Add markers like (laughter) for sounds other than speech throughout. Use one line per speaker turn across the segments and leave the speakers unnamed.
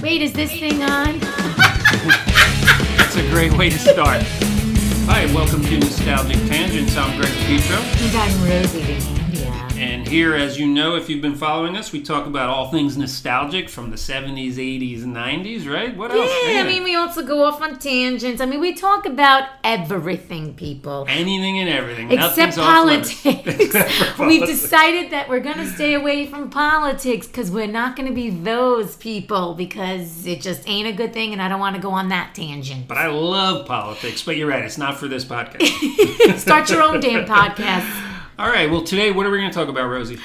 Wait, is this thing on?
That's a great way to start. Hi, welcome to Nostalgic Tangents. I'm Greg Petro.
And I'm Rosie DeCandia.
And here, as you know, if you've been following us, we talk about all things nostalgic from the 70s, 80s, and 90s, right? What else?
Yeah, I
man?
mean, we also go off on tangents. I mean, we talk about everything, people.
Anything and everything.
Except
Nothing's off limits. (laughs)
politics.
Except
(laughs)
for
We've
politics.
decided that we're going to stay away from politics because we're not going to be those people because it just ain't a good thing and I don't want to go on that tangent.
But I love politics, but you're right, it's not for
(laughs)
this podcast.
Start your own
(laughs)
damn podcast.
all right, well, today, what are we going to talk about, Rosie?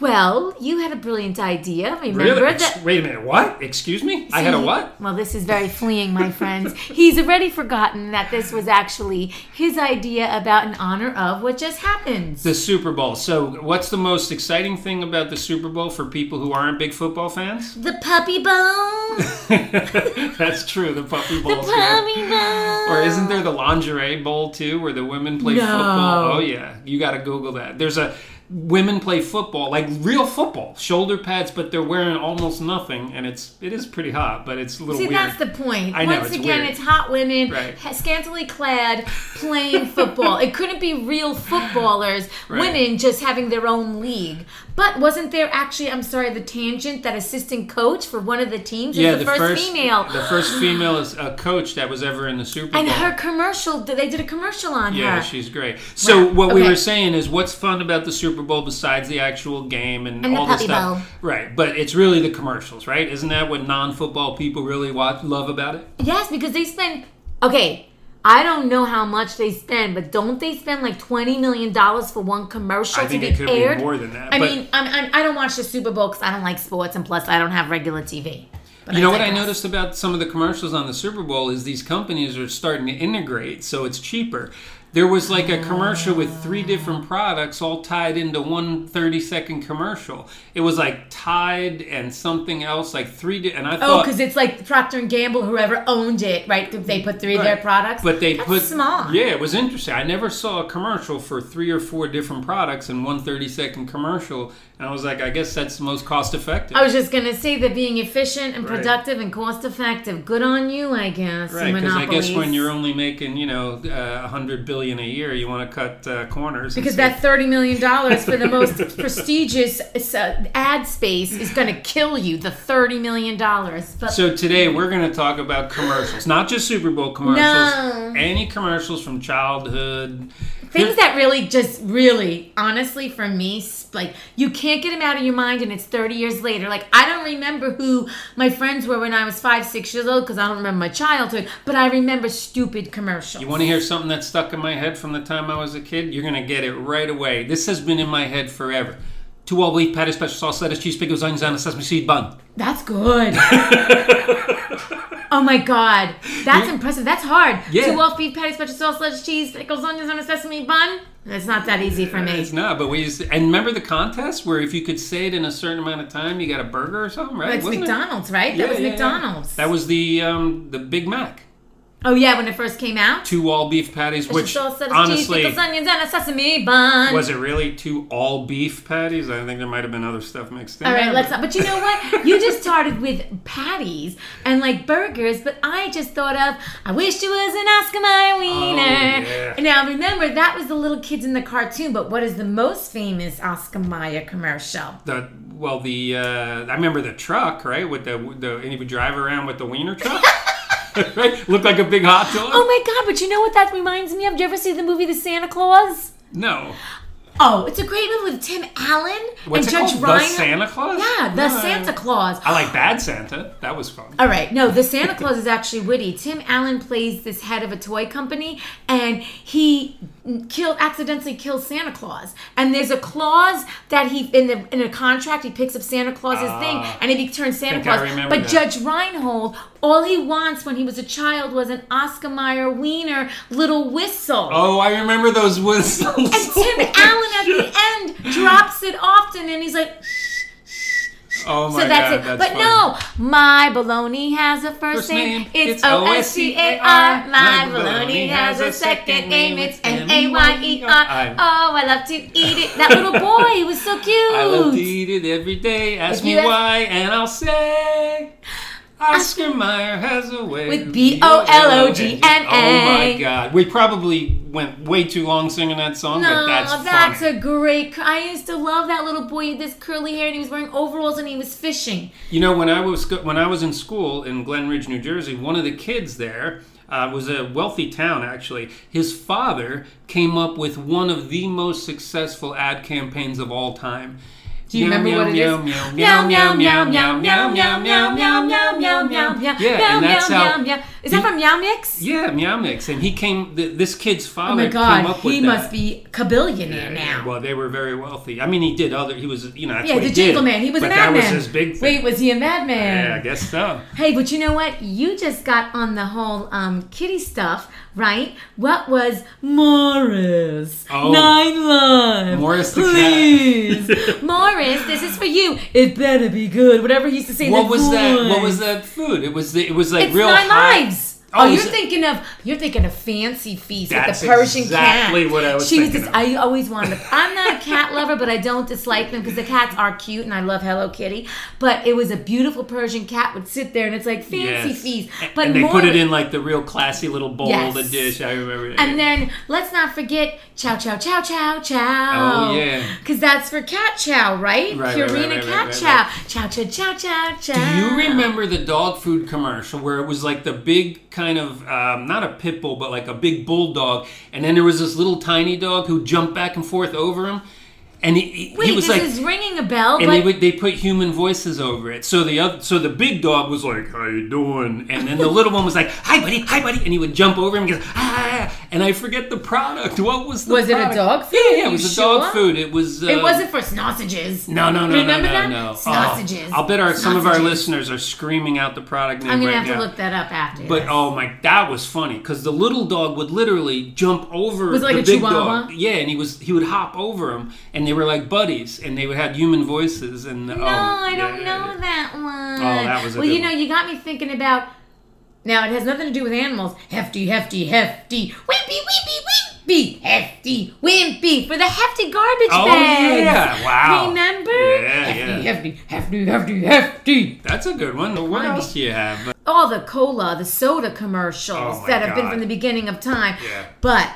Well, you had a brilliant idea. Remember
Really?
that?
Ex- Wait a minute, what? Excuse me? I had a what?
Well, this is very fleeing, my friends. He's already forgotten that this was actually his idea about in honor of what just happened.
The Super Bowl. So, what's the most exciting thing about the Super Bowl for people who aren't big football fans?
The puppy
(laughs)
bone.
That's true. The Puppy Bowl.
puppy bone.
Or isn't there the lingerie bowl too, where the women play
No.
football? Oh yeah, you got to Google that. There's a women play football, like real football, shoulder pads, but they're wearing almost nothing, and it's it is pretty hot, but it's a little
See,
weird.
that's the point.
I know,
Once
it's
again,
weird.
it's hot women,
Right.
ha- scantily clad, playing football. it couldn't be real footballers,
(laughs) Right.
women just having their own league. But wasn't there actually, I'm sorry, the tangent that assistant coach for one of the teams
yeah,
is the, first, female?
the first
(gasps)
female is a coach that was ever in the Super Bowl.
and her commercial, they did a commercial on
Yeah,
her.
she's great. So what we
Okay.
were saying is, what's fun about the Super Bowl besides the actual game and,
And the
all this
Puppy
stuff,
Bowl.
right? But it's really the commercials, right? Isn't that what non-football people really watch, love about it?
Yes, because they spend. Okay, I don't know how much they spend, but don't they spend like twenty million dollars for one commercial
I think
to
it
be
could
aired?
be more than that.
I
but
mean, I'm, I'm, I don't watch the Super Bowl because I don't like sports, and plus I don't have regular TV. But
you know what I
digress.
noticed about some of the commercials on the Super Bowl is these companies are starting to integrate, so it's cheaper. There was like a commercial with three different products all tied into one 30 second commercial. It was like Tide and something else, like three. Di- and I
Oh,
thought,
because it's like Procter and Gamble, whoever owned it, right? They put three of their
Right.
products,
But they
That's
put
small.
Yeah, it was interesting. I never saw a commercial for three or four different products in one 30 second commercial, and I was like, I guess that's the most cost effective.
I was just gonna say that being efficient and
Right.
productive and cost effective, good on you, I guess. you
Right, because I guess when
monopolies.
you're only making you know uh, a hundred billion a year, you want to cut uh, corners. and
Because
save-
that thirty million dollars for the most
(laughs)
prestigious uh, ad space is going to kill you. The thirty million dollars, but
So today we're going to talk about commercials, not just Super Bowl commercials,
No.
any commercials from childhood.
things that really just really honestly for me s- like you can't get them out of your mind and it's 30 years later like i don't remember who my friends were when i was five six years old because i don't remember my childhood but i remember stupid commercials
You want to hear something that stuck in my head from the time I was a kid? You're going to get it right away. This has been in my head forever. Two all beef patty, special sauce, lettuce, cheese, pickles, onions, and a sesame seed bun.
that's good oh my god that's impressive that's hard
Yeah.
two off beef patty special sauce lettuce cheese pickles onions on a sesame bun that's not that easy for me
It's not, but we used to, and remember the contest where if you could say it in a certain amount of time, you got a burger or something, right?
It's
Wasn't it?
McDonald's, right?
Yeah,
that was
yeah, yeah.
McDonald's.
That was the um, the Big Mac.
oh yeah, when it first came out.
Two all beef patties, which
Sauce, lettuce, cheese,
honestly
pickles, onions, and a sesame bun.
was it really two all beef patties? I think there might have been other stuff mixed in.
All
there,
right, let's
but-
not. But you know what? You just started with patties and like burgers, but I just thought of I wish it was an Oscar Mayer wiener.
Oh, yeah.
Now remember that was the little kids in the cartoon, but what is the most famous Oscar Mayer commercial?
The well, the uh, I remember the truck, right? With the the and he would drive around with the wiener truck, (laughs) right? Looked like a big hot dog.
Oh my God! But you know what that reminds me of? Did you ever see the movie The Santa Claus?
no,
Oh, it's a great movie with Tim Allen
what's
and
it
Judge
called?
Reinhold.
The Santa Claus.
Yeah, the
No.
Santa Claus.
I like Bad Santa. That was fun.
All right, no, the Santa Claus is actually witty. Tim Allen plays this head of a toy company, and he killed accidentally kills Santa Claus. And there's a clause that he in the in a contract he picks up Santa Claus's
Ah.
thing, and he turns Santa
Think I
Claus.
remember
But
that.
Judge Reinhold, all he wants when he was a child was an Oscar Mayer wiener little whistle.
Oh, I remember those whistles. (laughs)
And Tim Allen at the end drops it often, and he's like.
Oh my
So that's
god,
it.
that's
but
fun.
no, my baloney has a first,
First
name.
name, it's
It's O S C A R. My baloney has a second name. It's M A Y E R.
I-
Oh, I love to eat it. That little boy, he
(laughs)
was so cute.
I love to eat it every day. Ask
If
me
you ask-
why, and I'll say Oscar Mayer has a way
With
of-
B-O-L-O-G-N-A.
Oh my God, we probably went way too long singing that song, but
No,
that's,
that's,
funny.
a great. cur- I used to love that little boy. He had this curly hair, and he was wearing overalls, and he was fishing.
You know, when I was go- when I was in school in Glen Ridge, New Jersey, one of the kids there uh, was a wealthy town. Actually, his father came up with one of the most successful ad campaigns of all time.
Do you remember what it is?
Meow meow meow meow meow meow meow meow meow meow meow meow. Yeah, and that's how.
meow. Is that from Meow Mix?
Yeah, Meow Mix, and he came. Th- this kid's father
Oh my
came
God,
up with
he
that.
must be cabillionaire now.
Well, they were very wealthy. I mean, he did other. He was, you know, that's
Yeah,
what
the
he did.
Jingle Man. He was
but
a
that
madman.
was his big thing.
Wait, was he a
yeah,
madman?
I guess so.
Hey, but you know what? You just got on the whole um, kitty stuff, right? What was Morris?
Oh.
Nine Live.
Morris the cat.
Please.
(laughs)
Morris, this is for you. It better be good. Whatever he used to say. in
What
the
was that? What was
voice.
that food? It was. The, it was like
It's
real
Nine
hot.
Lives.
Oh,
Oh, you're
is it-
thinking of you're thinking of fancy feast
That's
with the Persian
exactly
cat.
what I was
she
thinking
was.
of.
I always wanted. To, I'm not a cat (laughs) lover, but I don't dislike them because the cats are cute and I love Hello Kitty. But it was a beautiful Persian cat would sit there and it's like fancy
Yes.
feast.
And-
But
and they
more,
put it in like the real classy little bowl,
Yes.
the dish. I remember. it.
And then let's not forget chow chow chow chow chow.
Oh, yeah.
Because that's for cat chow, right?
Right,
Purina
right, right, right,
cat
right, right,
chow. Chow chow chow chow chow.
Do you remember the dog food commercial where it was like the big kind of um, not a pit bull but like a big bulldog, and then there was this little tiny dog who jumped back and forth over him, and he- he,
Wait,
he was
this
like.
is ringing a bell.
and
but
they would they put human voices over it. So the other, so the big dog was like, "How you doing?" And then the little one was like, "Hi buddy, hi buddy," and he would jump over him and go, "Ah!" And I forget the product. What was the
Was it a
product?
dog food?
Yeah, yeah,
You
it was a
sure?
dog food. It was. Uh,
It wasn't for sausages.
No, no, no,
Remember
no, no,
that?
no. Oh,
Sausages.
I'll bet our some of our
Sausages.
listeners are screaming out the product name
I'm gonna
right
have
now.
to look that up after.
But
this.
oh my, that was funny because the little dog would literally jump over
Was it like
the
a
big
chihuahua?
dog. Yeah, and he was he would hop over him, and they were like buddies, and they would have human voices. And
no, I don't know that one.
Oh, that was a
well.
good
you know,
one.
you got me thinking about. Now it has nothing to do with animals. Hefty, hefty, hefty, wimpy, wimpy, wimpy, hefty, wimpy for the hefty garbage
Oh
bags.
yeah! Wow.
Remember? (laughs)
Yeah,
hefty,
yeah.
hefty, hefty, hefty, hefty.
That's a good one. What else do you have?
All the cola, the soda commercials
Oh, my
that have been
God.
from the beginning of time.
Yeah.
But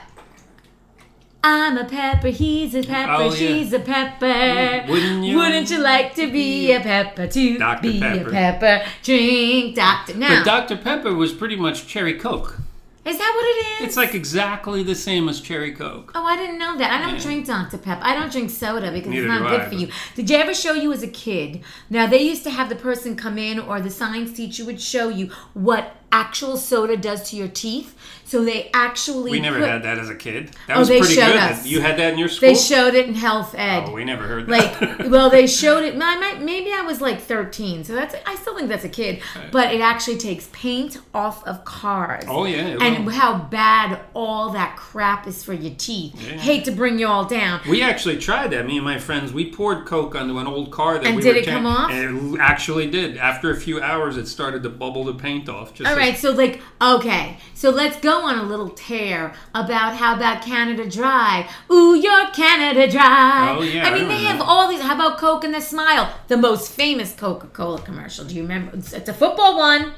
I'm a pepper, he's a pepper,
Oh, yeah.
she's a pepper.
Wouldn't you?
Wouldn't you like to be a pepper to
Dr.
be
Pepper.
a pepper? Drink Dr. Now.
But Dr Pepper was pretty much cherry Coke.
is that what it is?
It's like exactly the same as cherry Coke.
Oh, I didn't know that. I don't
Yeah.
drink Dr. Pepper. I don't drink soda because
Neither
it's not
do
good
I,
for
but-
you. Did you ever show you as a kid? Now, they used to have the person come in or the science teacher would show you what actual soda does to your teeth. So they actually.
We never
put-
had that as a kid. That
Oh,
was
they
pretty
showed
good.
us.
You had that in your school.
They showed it in health ed.
Oh, we never heard
like
that. (laughs)
well they showed it I might, maybe i was like 13 so that's i still think that's a kid but it actually takes paint off of cars
Oh, yeah, it
and
will.
how bad all that crap is for your teeth hate to bring you all down
We actually tried that. Me and my friends, we poured Coke onto an old car that
And
we
did
were
it
tan-
come off?
And it actually did. After a few hours, it started to bubble the paint off. Just
all
as-
right so like okay so let's go on a little tear about how about canada dry ooh your canada dry
Oh, yeah,
i mean
I
they have
remember.
all these how about coke and the smile the most famous coca-cola commercial do you remember it's, it's a football one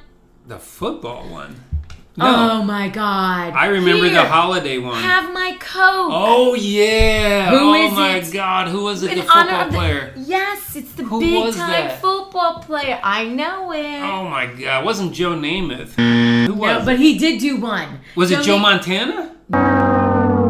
the football one. No,
Oh my God!
I remember
Here,
the holiday one.
Have my coke.
oh yeah!
Who
oh
is
my
it?
God, who was it?
in
the
honor
football
of the
player.
yes, it's the
Who
big
was
time
that?
football player. I know it.
Oh my God, it wasn't Joe Namath? Who was?
No, but he did do one.
was it Joe
Namath-
Montana?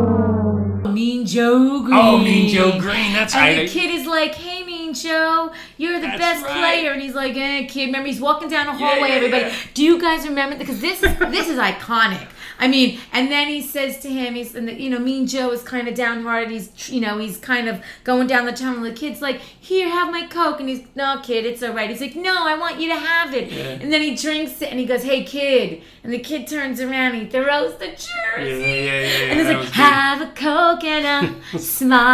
Mean Joe Green.
Oh, Mean Joe Green. That's
And
right.
the kid is like, "Hey, Mean Joe, you're the
That's
best
right.
player," and he's like, "Eh, kid." Remember, he's walking down a
Yeah,
hallway.
yeah,
everybody,
yeah.
do you guys remember? Because this is this is iconic. I mean, and then he says to him, he's and the, you know, Mean Joe is kind of downhearted. He's you know, he's kind of going down the tunnel. The kid's like, "Here, have my coke," and he's, "No, kid, it's all right." He's like, "No, I want you to have it." And then he drinks it, and he goes, "Hey, kid," and the kid turns around, and he throws the jersey.
Yeah, yeah, yeah. yeah
And it's
that
like,
was good.
have a Coke and
(laughs)
a smile.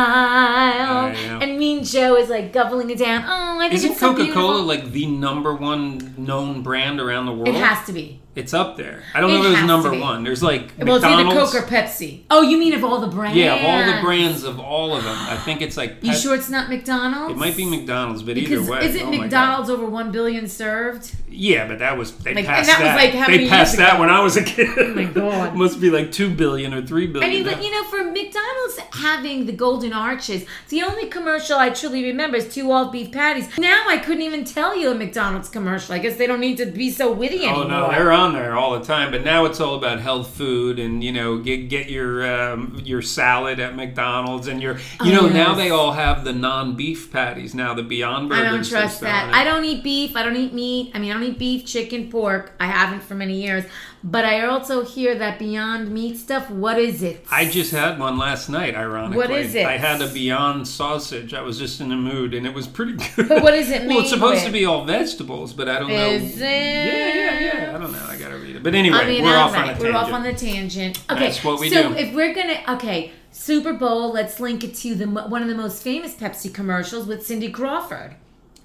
I know.
And Mean Joe is like gubbling it down. Oh, I think
Isn't
it's so
Coca Cola
beautiful.
like the number one known brand around the world?
It has to be.
It's up there. I don't
It
know if it
has to
was number
be.
one. There's There's like
Well, it's either
McDonald's.
Coke or Pepsi. Oh, you mean of all the brands?
yeah, of all the brands of all of them, I think it's like
You
Pepsi-
sure it's not McDonald's?
It might be McDonald's, but
Because
either way,
isn't
oh my God.
McDonald's over one billion served?
Yeah, but that was they
Like, and
passed
that was, like, how many
they
years
passed that
ago?
when I was a kid. Oh (laughs)
my God.
must be like two billion or three
I
billion.
mean,
now.
but you know, for McDonald's having the golden arches, it's the only commercial I truly remember is two all beef patties. Now I couldn't even tell you a McDonald's commercial. I guess they don't need to be so witty anymore.
Oh no, they're on there all the time. But now it's all about health food, and you know, get get your um, your salad at McDonald's, and your you know now
yes.
they all have the non beef patties now the Beyond
I
Burgers.
don't
are
trust
selling
that.
it.
I don't eat beef. I don't eat meat. I mean, I don't eat beef, chicken, pork. I haven't for many years. But I also hear that Beyond Meat stuff. What is it?
I just had one last night, ironically.
What is it?
I had a Beyond sausage. I was just in the mood, and it was pretty good.
But what is it
(laughs) Well,
made
it's supposed to
with?
be all vegetables, but I don't
Is
know.
it?
Yeah, yeah, yeah. I don't know. I gotta read it. But anyway,
I mean,
we're
all
off on a
right,
tangent.
we're off on the tangent. Okay,
That's what we
so
do.
if we're gonna, okay, Super Bowl, let's link it to the mo- one of the most famous Pepsi commercials with Cindy Crawford.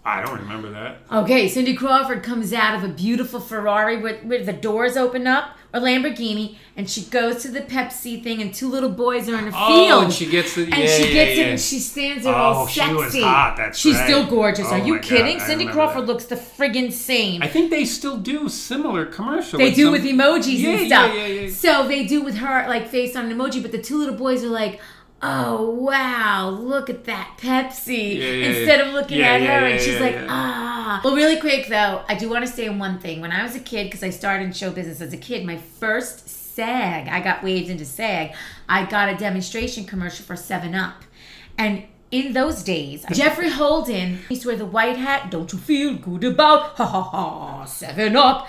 I don't remember that.
Okay, Cindy Crawford comes out of a beautiful Ferrari where, where the doors open up, or Lamborghini, and she goes to the Pepsi thing, and two little boys are in a
Oh,
field.
and she gets the-
and
yeah,
she
yeah,
gets
yeah.
it, and she stands there
Oh,
all
she
sexy.
was hot, that's
She's
right.
still gorgeous.
Oh
are
my
you
God,
kidding?
I
Cindy
remember
Crawford
that.
looks the friggin' same.
I think they still do similar commercial.
They do
some-
with emojis
Yeah,
and
yeah,
stuff.
yeah, yeah.
So they do with her like face on an emoji, but the two little boys are like, "Oh wow, look at that Pepsi!"
Yeah, yeah,
Instead
yeah.
of looking
Yeah,
at
yeah,
her,
yeah,
and she's
yeah,
like,
yeah.
"Ah." Well, really quick though, I do want to say one thing. When I was a kid, because I started in show business as a kid, my first SAG, I got waved into SAG. I got a demonstration commercial for Seven Up, and. In those
(laughs)
days, Jeffrey Holden used to wear the white hat. Don't you feel good about ha ha ha Seven Up?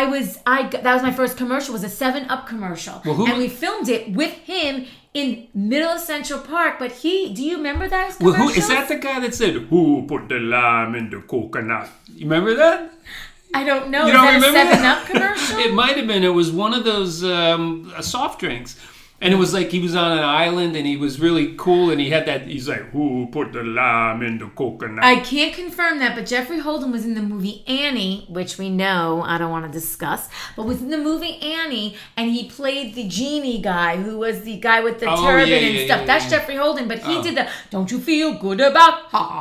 I was I got- that was my first commercial was a Seven Up commercial,
who-
and we filmed it with him in middle of Central Park. But he, do you remember that? As
Well, who is
commercials?
that? The guy that said, "Who put the lime in the coconut?" You remember that?
I don't know.
You
Oh, is that
don't remember
a Seven
that?
Up commercial?
(laughs) it might have been. It was one of those um, uh, soft drinks. And it was like he was on an island and he was really cool and he had that. He's like, Who put the lime in the coconut?
I can't confirm that, but Jeffrey Holden was in the movie Annie, which we know I don't want to discuss, but was in the movie Annie, and he played the genie guy who was the guy with the
Oh,
turban
yeah,
and
yeah,
stuff.
yeah,
That's
yeah. Oh.
Jeffrey Holden, but he did the "Don't you feel good about ha ha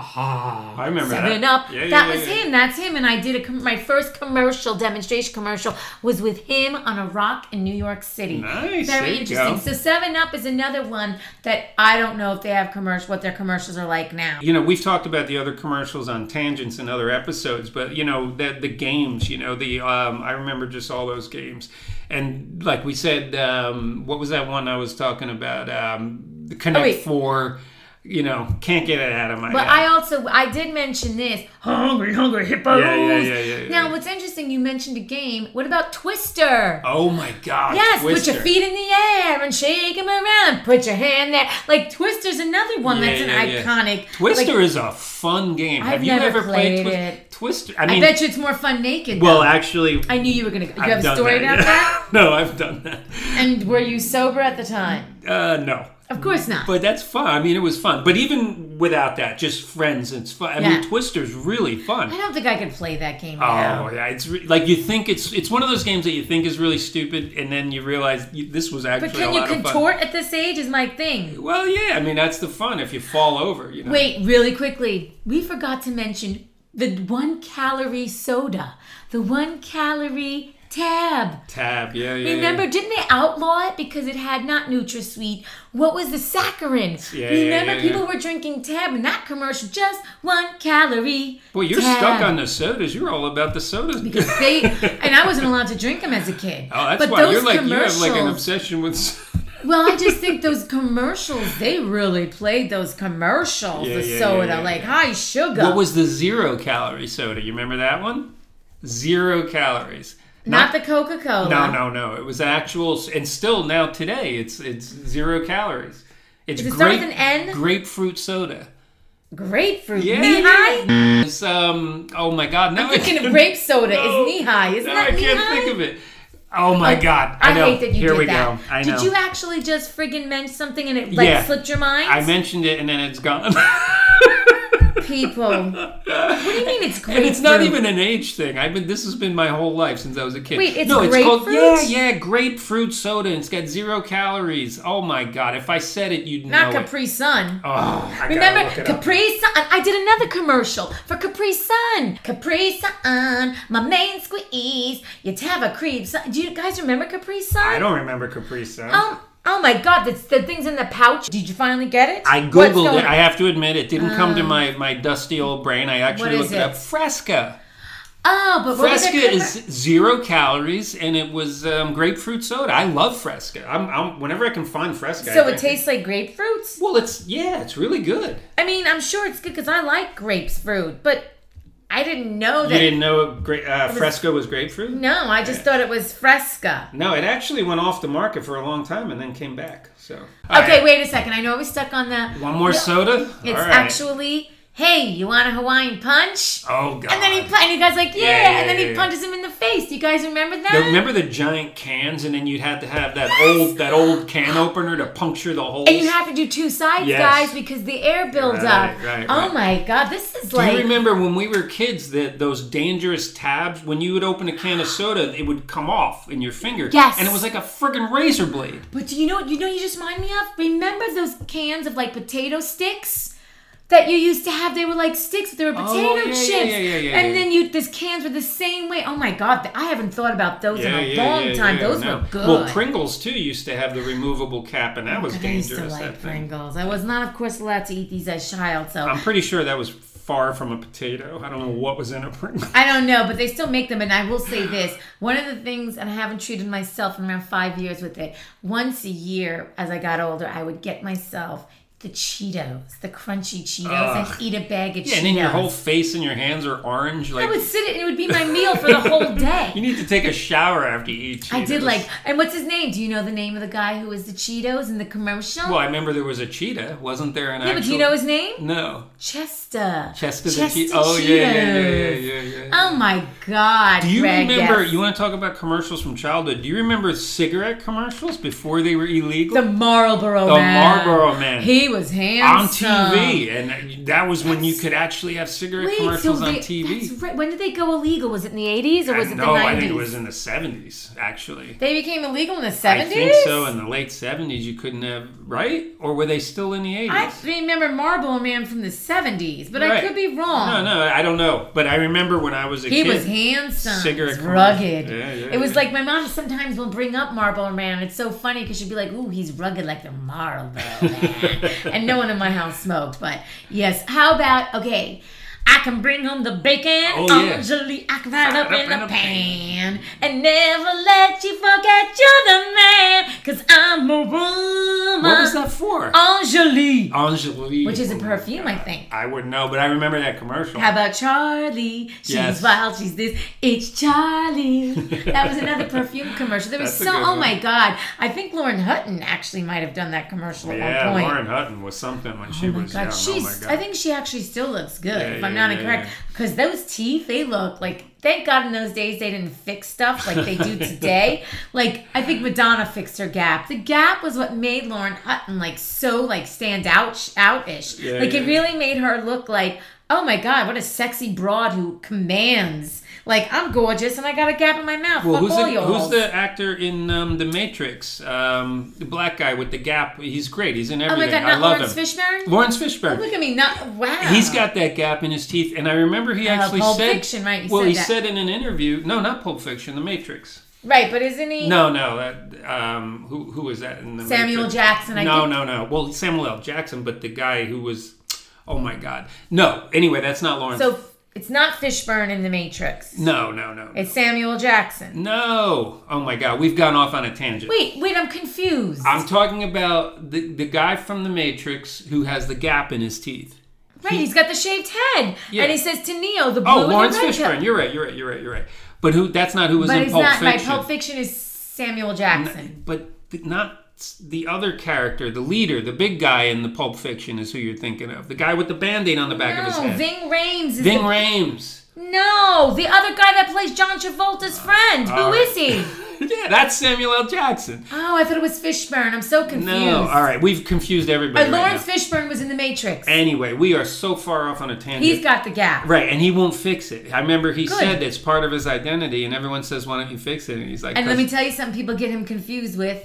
Ah, I remember
Seven
that.
Up.
Yeah, yeah,
that
yeah,
was
yeah.
him. That's him. And I did a com- my first commercial demonstration commercial was with him on a rock in New York City.
Nice, there
Very
you
interesting.
go.
So Seven Up is another one that I don't know if they have commercial what their commercials are like now.
You know, we've talked about the other commercials on tangents in other episodes, but you know, the the games. You know, the um, I remember just all those games, and like we said, um, what was that one I was talking about? Um, the Connect
Oh, wait.
Four. You know, can't get it out of my
But
head.
I also I did mention this.
hungry, hungry hippos. Yeah, yeah, yeah, yeah, yeah.
Now what's interesting, you mentioned a game. What about Twister?
oh my God!
Yes, put your
Twister.
feet in the air and shake them around. Put your hand there. Like Twister's another one
Yeah,
that's an
yeah, yeah.
iconic.
Twister
like,
is a fun game. Have you
never
ever played,
played
Twis-
it.
Twister? I
I
mean,
bet you it's more fun naked. though.
well, actually,
I knew you were gonna. go. You
I've
have a
done
story about that.
(laughs) no, I've done that.
And were you sober at the
(laughs)
time?
Uh, no.
Of course not.
But that's fun. I mean, it was fun. But even without that, just friends, it's fun. I
Yeah.
mean, Twister's really fun.
I don't think I could play that game now.
Oh yeah, it's re- like you think it's it's one of those games that you think is really stupid, and then you realize you, this was actually
But can
a
you
lot of fun.
contort at this age? Is my thing.
Well, yeah, I mean that's the fun if you fall over. You know,
Wait, really quickly. We forgot to mention the one calorie soda, the one calorie tab.
tab. Yeah, yeah. yeah.
Remember, didn't they outlaw it because it had not NutraSweet? What was the saccharin?
Yeah, yeah,
Remember,
yeah, yeah.
people were drinking Tab in that commercial, just one calorie.
Well, you're
Tab.
stuck on the sodas. You're all about the sodas.
because (laughs) they and I wasn't allowed to drink them as a kid.
(laughs) oh, that's
but
why
those
you're like you have
commercials.
like an obsession with. soda.
well, I just think those commercials. They really played those commercials.
(laughs) Yeah,
the
yeah, yeah,
soda,
yeah,
like high sugar.
What was the zero calorie soda? You remember that one? Zero calories.
not, the Coca Cola?
No, no, no. It was actual, and still now today, it's it's zero calories. It's
Does it start
grape,
with an N?
grapefruit soda.
Grapefruit
Yeah,
knee
(laughs)
high.
It's um. Oh my god! Now I'm
Thinking of grape soda
No.
is knee high. Isn't
No, I
that knee
can't
high?
think of it. Oh my god! I,
I,
know.
hate that you
Here
did
we
that.
go. I know.
Did you actually just friggin' mention something and it like
Yeah.
slipped your mind?
(laughs) I mentioned it and then it's gone. (laughs)
People. What do you mean it's grapefruit?
And it's not even an age thing. I've been this has been my whole life since I was a kid.
Wait, it's
no, it's called yeah,
grapefruit?
yeah, grapefruit soda. And it's got zero calories. Oh my god! If I said it, you'd
Not
know it.
Capri Sun.
Oh, I gotta
Remember
look it up.
Capri Sun? I did another commercial for Capri Sun. Capri Sun, my main squeeze. You'd have a creep. Sun. Do you guys remember Capri Sun?
I don't remember Capri Sun.
Oh, oh my God! That's the things in the pouch. Did you finally get it?
I
What's
googled
going on?
it. I have to admit, it didn't come to my, my dusty old brain. I
What
actually
is
looked it up.
it?
Fresca.
oh, but what was
Fresca
it?
is zero calories, and it was um, grapefruit soda. I love Fresca. I'm, I'm whenever I can find Fresca. I
So it
drink
tastes like grapefruits.
Well, it's yeah, it's really good.
I mean, I'm sure it's good because I like grapefruit, but I didn't know
You
that.
didn't know gra- uh, Fresca was grapefruit?
no, I just thought it was Fresca.
No, it actually went off the market for a long time and then came back. So All
Okay,
right.
wait a second. I know I was stuck on that.
one more soda.
It's
All right.
actually, hey, you want a Hawaiian punch?
oh god.
And then he pun- and the guy's like, yeah,
Yeah, yeah,
and then
yeah,
he
yeah.
punches him in the face. Do you guys remember that?
Now, Remember the giant cans, and then you'd have to have that old that old can opener to puncture the holes.
and you have to do two sides,
Yes.
guys, because the air builds
Right,
up.
right,
oh
right.
my god, this is
Do
like
you remember when we were kids that those dangerous tabs, when you would open a can of soda, it would come off in your finger?
Yes.
And it was like a friggin' razor blade.
But do you know you know you just remind me of? Remember those cans of like potato sticks? That you used to have, they were like sticks, but they were potato
Oh, yeah, yeah,
chips.
yeah, yeah, yeah,
and
yeah.
then you, these cans were the same way. Oh my God, th- I haven't thought about those in a long time. those
no.
were good. Oh,
Well, Pringles, too, used to have the removable cap, and that was
I used
dangerous.
to
that
like
thing.
Pringles. I was not, of course, allowed to eat these as a child, so
I'm pretty sure that was far from a potato. I don't know what was (laughs) in a Pringle.
I don't know, but they still make them. And I will say this one of the things, and I haven't treated myself in around five years with it, once a year as I got older, I would get myself the Cheetos, the crunchy Cheetos,
Ugh.
and eat a bag of Cheetos.
Yeah, and then your whole face and your hands are orange.
I
Like
would sit it, and it would be my meal for the
(laughs)
whole day.
you need to take a shower after you eat. Cheetos.
I did like, and what's his name? Do you know the name of the guy who was the Cheetos in the commercial?
Well, I remember there was a cheetah, wasn't there? An
yeah,
actual...
but do you know his name?
No,
Chester. Chester
Chester, the cheetah. Oh yeah, yeah, yeah, yeah,
Cheetos.
yeah, yeah. yeah.
Oh my God.
Do you
Greg,
remember?
yes.
You want to talk about commercials from childhood? Do you remember cigarette commercials before they were illegal
the Marlboro
The
Man?
Marlboro Man.
He was
on
handsome
TV? And that was when you could actually have cigarette
Wait,
commercials
so
on
they-
TV.
That's right. When did they go illegal? Was it in the eighties or was it the
no,
nineties?
I think it was in the seventies, actually.
They became illegal in the
I
seventies.
think so. In the late seventies, you couldn't have right, or were they still in the
I
eighties?
remember Marlboro Man from the seventies, but I
Right.
could be wrong.
No, no, I don't know. But I remember when I was a
He
kid.
was handsome,
Cigarette
He's rugged.
commercial. Yeah, yeah,
it was
yeah.
like my mom sometimes will bring up Marlboro Man. It's so funny because she'd be like, "Ooh, he's rugged like the Marlboro Man," and no one in my house smoked. But yes, how about okay? I can bring home the bacon,
Oh, yeah.
Angelique. I can fry it up in the pan, and never let you forget you're the man, cause I'm a woman.
what was that for?
Angelique, Um,
Angelique,
which is a
Oh my
perfume, I
God.
think.
I wouldn't know, but I remember that commercial.
How about Charlie? She's
Yes.
wild, she's this. It's
(laughs)
Charlie. That was another perfume commercial. There was
That's a
so,
good
oh
one.
my God. I think Lauren Hutton actually might have done that commercial at
yeah,
one point.
Lauren Hutton was something when she
Oh my
was
God,
young. oh my
she's.
God.
I think she actually still looks good,
Yeah,
if I'm
yeah,
not
yeah,
incorrect. Because those teeth, they look like. Thank God in those days they didn't fix stuff like they
(laughs)
do today. like I think Madonna fixed her gap. The gap was what made Lauren Hutton like so like stand out outish.
Yeah,
like it
yeah.
really made her look like oh my God, what a sexy broad who commands. Like I'm gorgeous and I got a gap in my mouth.
Well,
Fuck
who's
all
the,
y'all.
who's the actor in um, The Matrix? Um, the black guy with the gap. He's great. He's in
oh my
everything.
God,
I
not
love
Lawrence
him.
Fishburne.
Lawrence Fishburne.
Look at me, not wow.
He's got that gap in his teeth, and I remember he actually
Uh, Pulp
said,
Fiction, right? You
well,
said
he
that.
said in an interview, no, not Pulp Fiction, The Matrix.
right, but isn't he?
No, no, that, um, who who was that in the
Samuel
Matrix?
Jackson, I
no,
think.
no, no. Well, Samuel L. Jackson, but the guy who was, oh my God, no. Anyway, that's not Lawrence.
So it's not Fishburne in The Matrix.
no, no, no,
It's Samuel Jackson.
no. Oh my God, we've gone off on a tangent.
Wait, wait, I'm confused.
I'm talking about the the guy from the Matrix who has the gap in his teeth.
right, he, has got the shaved head,
Yeah.
and he says to Neo, "The blue
Oh,
and
Lawrence
the red pill."
Fishburne. You're right. You're right. You're right. You're right. But who? That's not who was
But
in
it's
Pulp
not.
Fiction.
Right, Pulp Fiction is Samuel Jackson.
but th- not s- the other character, the leader, the big guy in the Pulp Fiction is who you're thinking of. The guy with the band-aid on the back of his
No,
head.
Ving Rhames is
Ving
the, (laughs)
Rhames.
no the other guy that plays John Travolta's friend. Who
Uh, all
is he?
yeah, that's Samuel L. Jackson.
Oh, I thought it was Fishburne. I'm so confused.
No, all right, we've confused
Uh,
everybody. right
Lawrence
now.
Fishburne was in The Matrix.
Anyway, we are so far off on a tangent.
He's got the gap.
Right, and he won't fix it. I remember he
Good.
said it's part of his identity, and everyone says, "Why don't you fix it?" And he's like,
And let me
'Cause-
tell you something people get him confused with.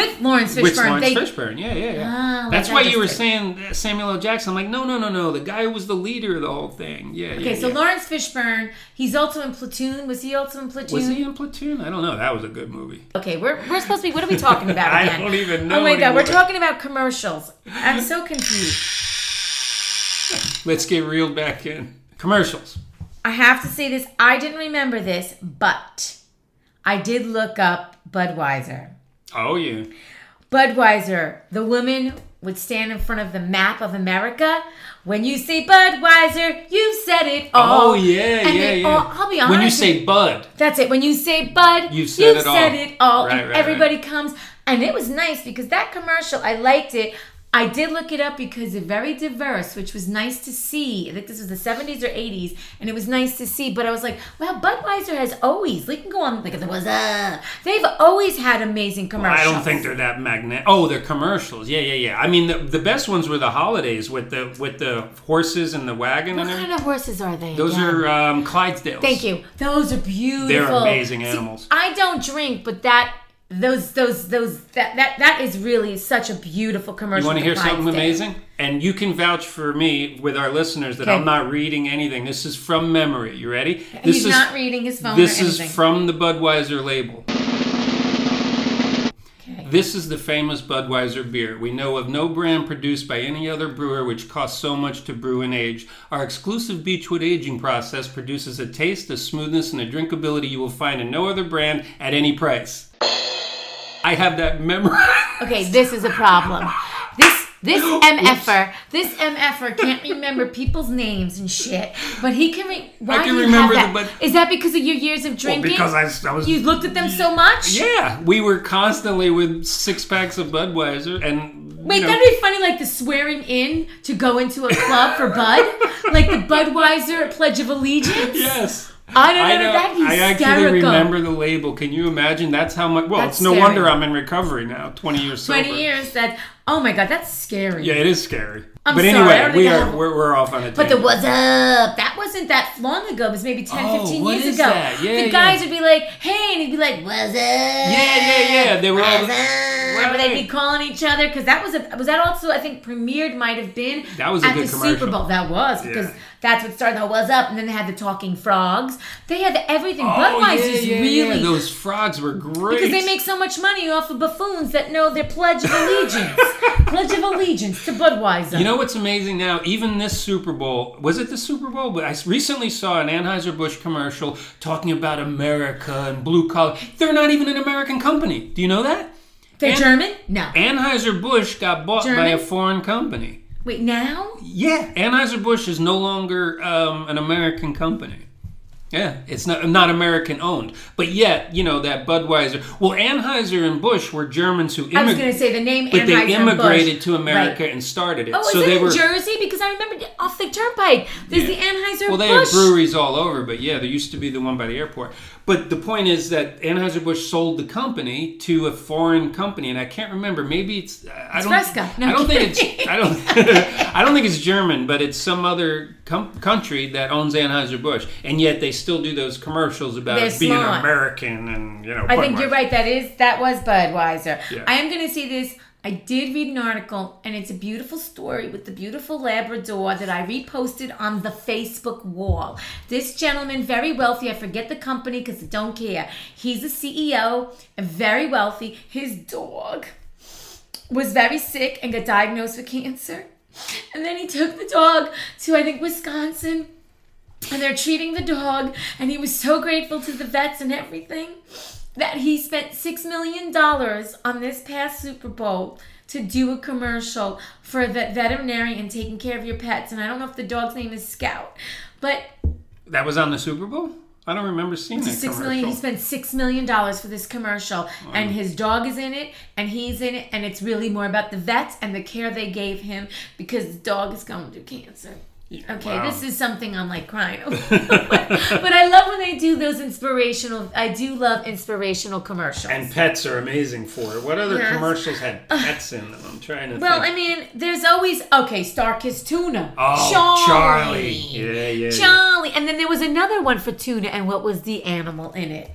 With Lawrence Fishburne.
which Lawrence
they,
Fishburne? Yeah, yeah, yeah.
Ah, like
That's
I
why
just
you were
did.
saying uh, Samuel L. Jackson. I'm like, no, no, no, no. The guy who was the leader of the whole thing. Yeah.
Okay, so Lawrence Fishburne, he's also in Platoon. Was he also in Platoon?
was he in Platoon? I don't know. That was a good movie.
Okay, we're, we're supposed to be. What are we talking about
(laughs) I
again?
don't even
Oh
know
my god, we're
anymore.
talking about commercials. I'm so confused.
Let's get reeled back in. Commercials.
I have to say this. I didn't remember this, but I did look up Budweiser.
Oh yeah.
Budweiser, the woman would stand in front of the map of America. When you say Budweiser, you've said it all.
Oh yeah,
And
yeah,
they
yeah.
all- I'll be honest.
When you
with
say Bud,
That's it. When you say bud,
You've said it all.
it all,
Right,
and
right,
everybody comes. And it was nice because that commercial, I liked it. I did look it up because it's very diverse, which was nice to see. I think this was the 70s or 80s, and it was nice to see. But I was like, wow, Budweiser has always, they can go on like there was a. They've always had amazing commercials.
I don't think they're that magnet. Oh, they're commercials. Yeah, yeah, yeah. I mean, the, the best ones were the holidays with the with the horses and the wagon
What
and everything.
kind of horses are they?
Those
again?
are um, Clydesdales.
Thank you. Those are beautiful.
amazing animals.
I don't drink, but that those those those that that that is really such a beautiful commercial.
You want to
for
hear
Pride
something
Day.
amazing? And you can vouch for me with our listeners that
Okay.
I'm not reading anything. This is from memory. You ready? This
He's
is
not reading his phone
this
or
is
anything.
from the Budweiser label.
okay.
This is the famous Budweiser beer. We know of no brand produced by any other brewer which costs so much to brew and age. Our exclusive Beechwood aging process produces a taste, a smoothness, and a drinkability you will find in no other brand at any price. I have that memory.
(laughs) okay, this is a problem. This
(gasps)
this mf'er, this mf'er can't remember people's names and shit, but he can. Re- why
can
do you
remember
have
the
that?
bud-
Is that because of your years of drinking?
because I- I was-
you looked at them so much.
Yeah, we were constantly with six packs of Budweiser, and you
Wait,
know,
that'd be funny, like the swearing in to go into a club for Bud, like the Budweiser Pledge of Allegiance.
yes.
I don't know,
know-
that'd be
I actually
hysterical.
remember the label. Can you imagine? That's how much. Well,
That's
it's no
scary.
wonder I'm in recovery now. Twenty years.
Twenty
sober.
years. That oh my god, that's scary.
Yeah, it is scary.
I'm
but
sorry,
anyway,
I don't
we
think I
are
have-
we're, we're off on a
But
tangent.
the what's up? That wasn't that long ago. It was maybe 10,
Oh,
15
what
years
is
ago.
that? Yeah,
the
yeah.
guys would be like, "Hey," and he'd be like, "What's up?"
yeah, yeah, yeah. They were all.
What's up? But they'd be calling each other because that was a was that also I think premiered might have been
That was a
at
good
the Super
commercial.
Bowl that was because
Yeah.
that's what started the what's up and then they had the talking frogs they had everything
Oh, yeah,
Budweiser's
yeah, yeah.
really
Those frogs were great.
because they make so much money off of buffoons that know their pledge of
(laughs)
allegiance pledge of allegiance to Budweiser
You know what's amazing now? Even this Super Bowl was it the Super Bowl? But I s- recently saw an Anheuser Busch commercial talking about America and blue collar. They're not even an American company. Do you know that?
they're
An-
German no
Anheuser Busch got bought by
German?
a foreign company.
wait now
Yeah, Anheuser Busch is no longer um, an American company. Yeah, it's not not American owned, but yet you know that Budweiser. Well, Anheuser and Busch were Germans who
I was going
immigrated,
to say the name
but
Anheuser-Busch.
they immigrated to
Right.
America and started it.
Oh,
so
is
they
it
were
in Jersey? Because I remember off the turnpike. There's the Anheuser
Well, they have breweries all over, but yeah, there used to be the one by the airport. But the point is that Anheuser Busch sold the company to a foreign company, and I can't remember. Maybe it's I don't.
Fresca. No,
I
I'm
don't think
kidding.
it's. I don't. (laughs) I don't think it's German, but it's some other com- country that owns Anheuser Busch, and yet they still do those commercials about
They're
it being
smart.
American and you know.
I think
Budweiser.
you're right. That is that was Budweiser.
Yeah.
I am going to say this. I did read an article, and it's a beautiful story with the beautiful Labrador that I reposted on the Facebook wall. This gentleman, very wealthy, I forget the company because I don't care. He's a CEO, very wealthy. His dog was very sick and got diagnosed with cancer. And then he took the dog to, I think, Wisconsin. And they're treating the dog, and he was so grateful to the vets and everything that he spent six million dollars on this past Super Bowl to do a commercial for the veterinarian taking care of your pets. And I don't know if the dog's name is Scout, but
That was on the Super Bowl. I don't remember seeing that
six
commercial.
million. He spent six million dollars for this commercial, and his dog is in it, and he's in it, and it's really more about the vets and the care they gave him because the dog is going through cancer. Okay, this is something I'm like crying over. (laughs) but I love when they do those inspirational. I do love inspirational commercials.
And pets are amazing for it. What other
Yes.
commercials had pets in them? I'm trying to
well,
think.
I mean, there's always okay. Starkist tuna.
Oh, Charlie. Yeah, yeah, yeah.
Charlie. And then there was another one for tuna, and what was the animal in it?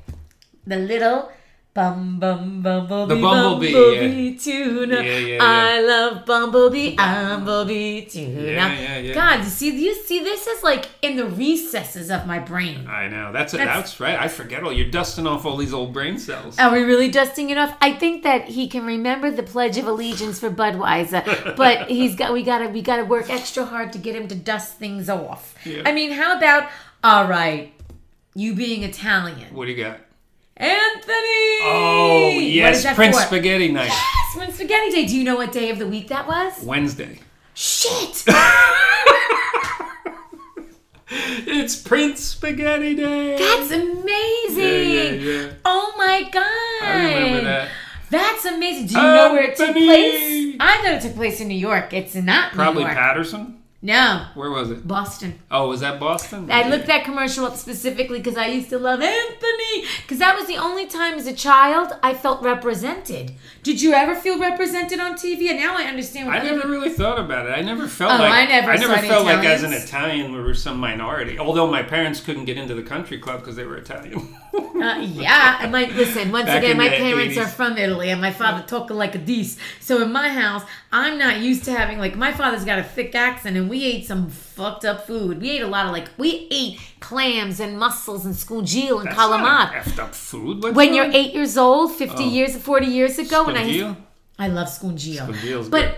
The little. Bum bum bumblebee,
The bumblebee,
bumblebee tuna.
Yeah, yeah, yeah.
I love bumblebee, I'm bumblebee tuna.
Yeah, yeah, yeah.
God, you see, you see, this is like in the recesses of my brain.
I know. That's, that's that's right. I forget all. You're dusting off all these old brain cells.
Are we really dusting it off? I think that he can remember the Pledge of Allegiance for Budweiser,
(laughs)
but he's got we gotta we gotta work extra hard to get him to dust things off.
Yeah.
I mean, how about all right, you being Italian,
What do you got?
Anthony?
Oh yes,
that
Prince
for?
Spaghetti Night.
Yes, Prince Spaghetti Day. Do you know what day of the week that was?
Wednesday. (laughs)
Shit!
It's Prince Spaghetti Day.
That's
yeah, yeah,
amazing.
yeah.
Oh my god!
I remember that.
That's amazing. Do you know where it took
Anthony!
place? I know it took place in New York. It's not
Probably
New York.
Patterson.
no.
Where was it?
Boston.
Oh, was that Boston?
I looked that commercial up specifically because I used to love Anthony. Because that was the only time as a child I felt represented. Did you ever feel represented on TV? And now I understand what
I never really thought about it. I never felt
Oh,
like
I never saw any
felt like as an
Italians.
Italian we were some minority. Although my parents couldn't get into the country club because they were Italian.
Uh, yeah, I might listen. Once
Back
again,
in
my
the
parents
80s.
are from Italy, and my father talked like a dice. So in my house, I'm not used to having like my father's got a thick accent, and we ate some fucked up food. We ate a lot of like we ate clams and mussels and scugil and
(laughs) That's
calamari.
not effed up food. What's
when you're
that?
eight years old, 50 years, 40 years ago, when I used,
Scondil?
I love scungio.
Scondil's
But
good.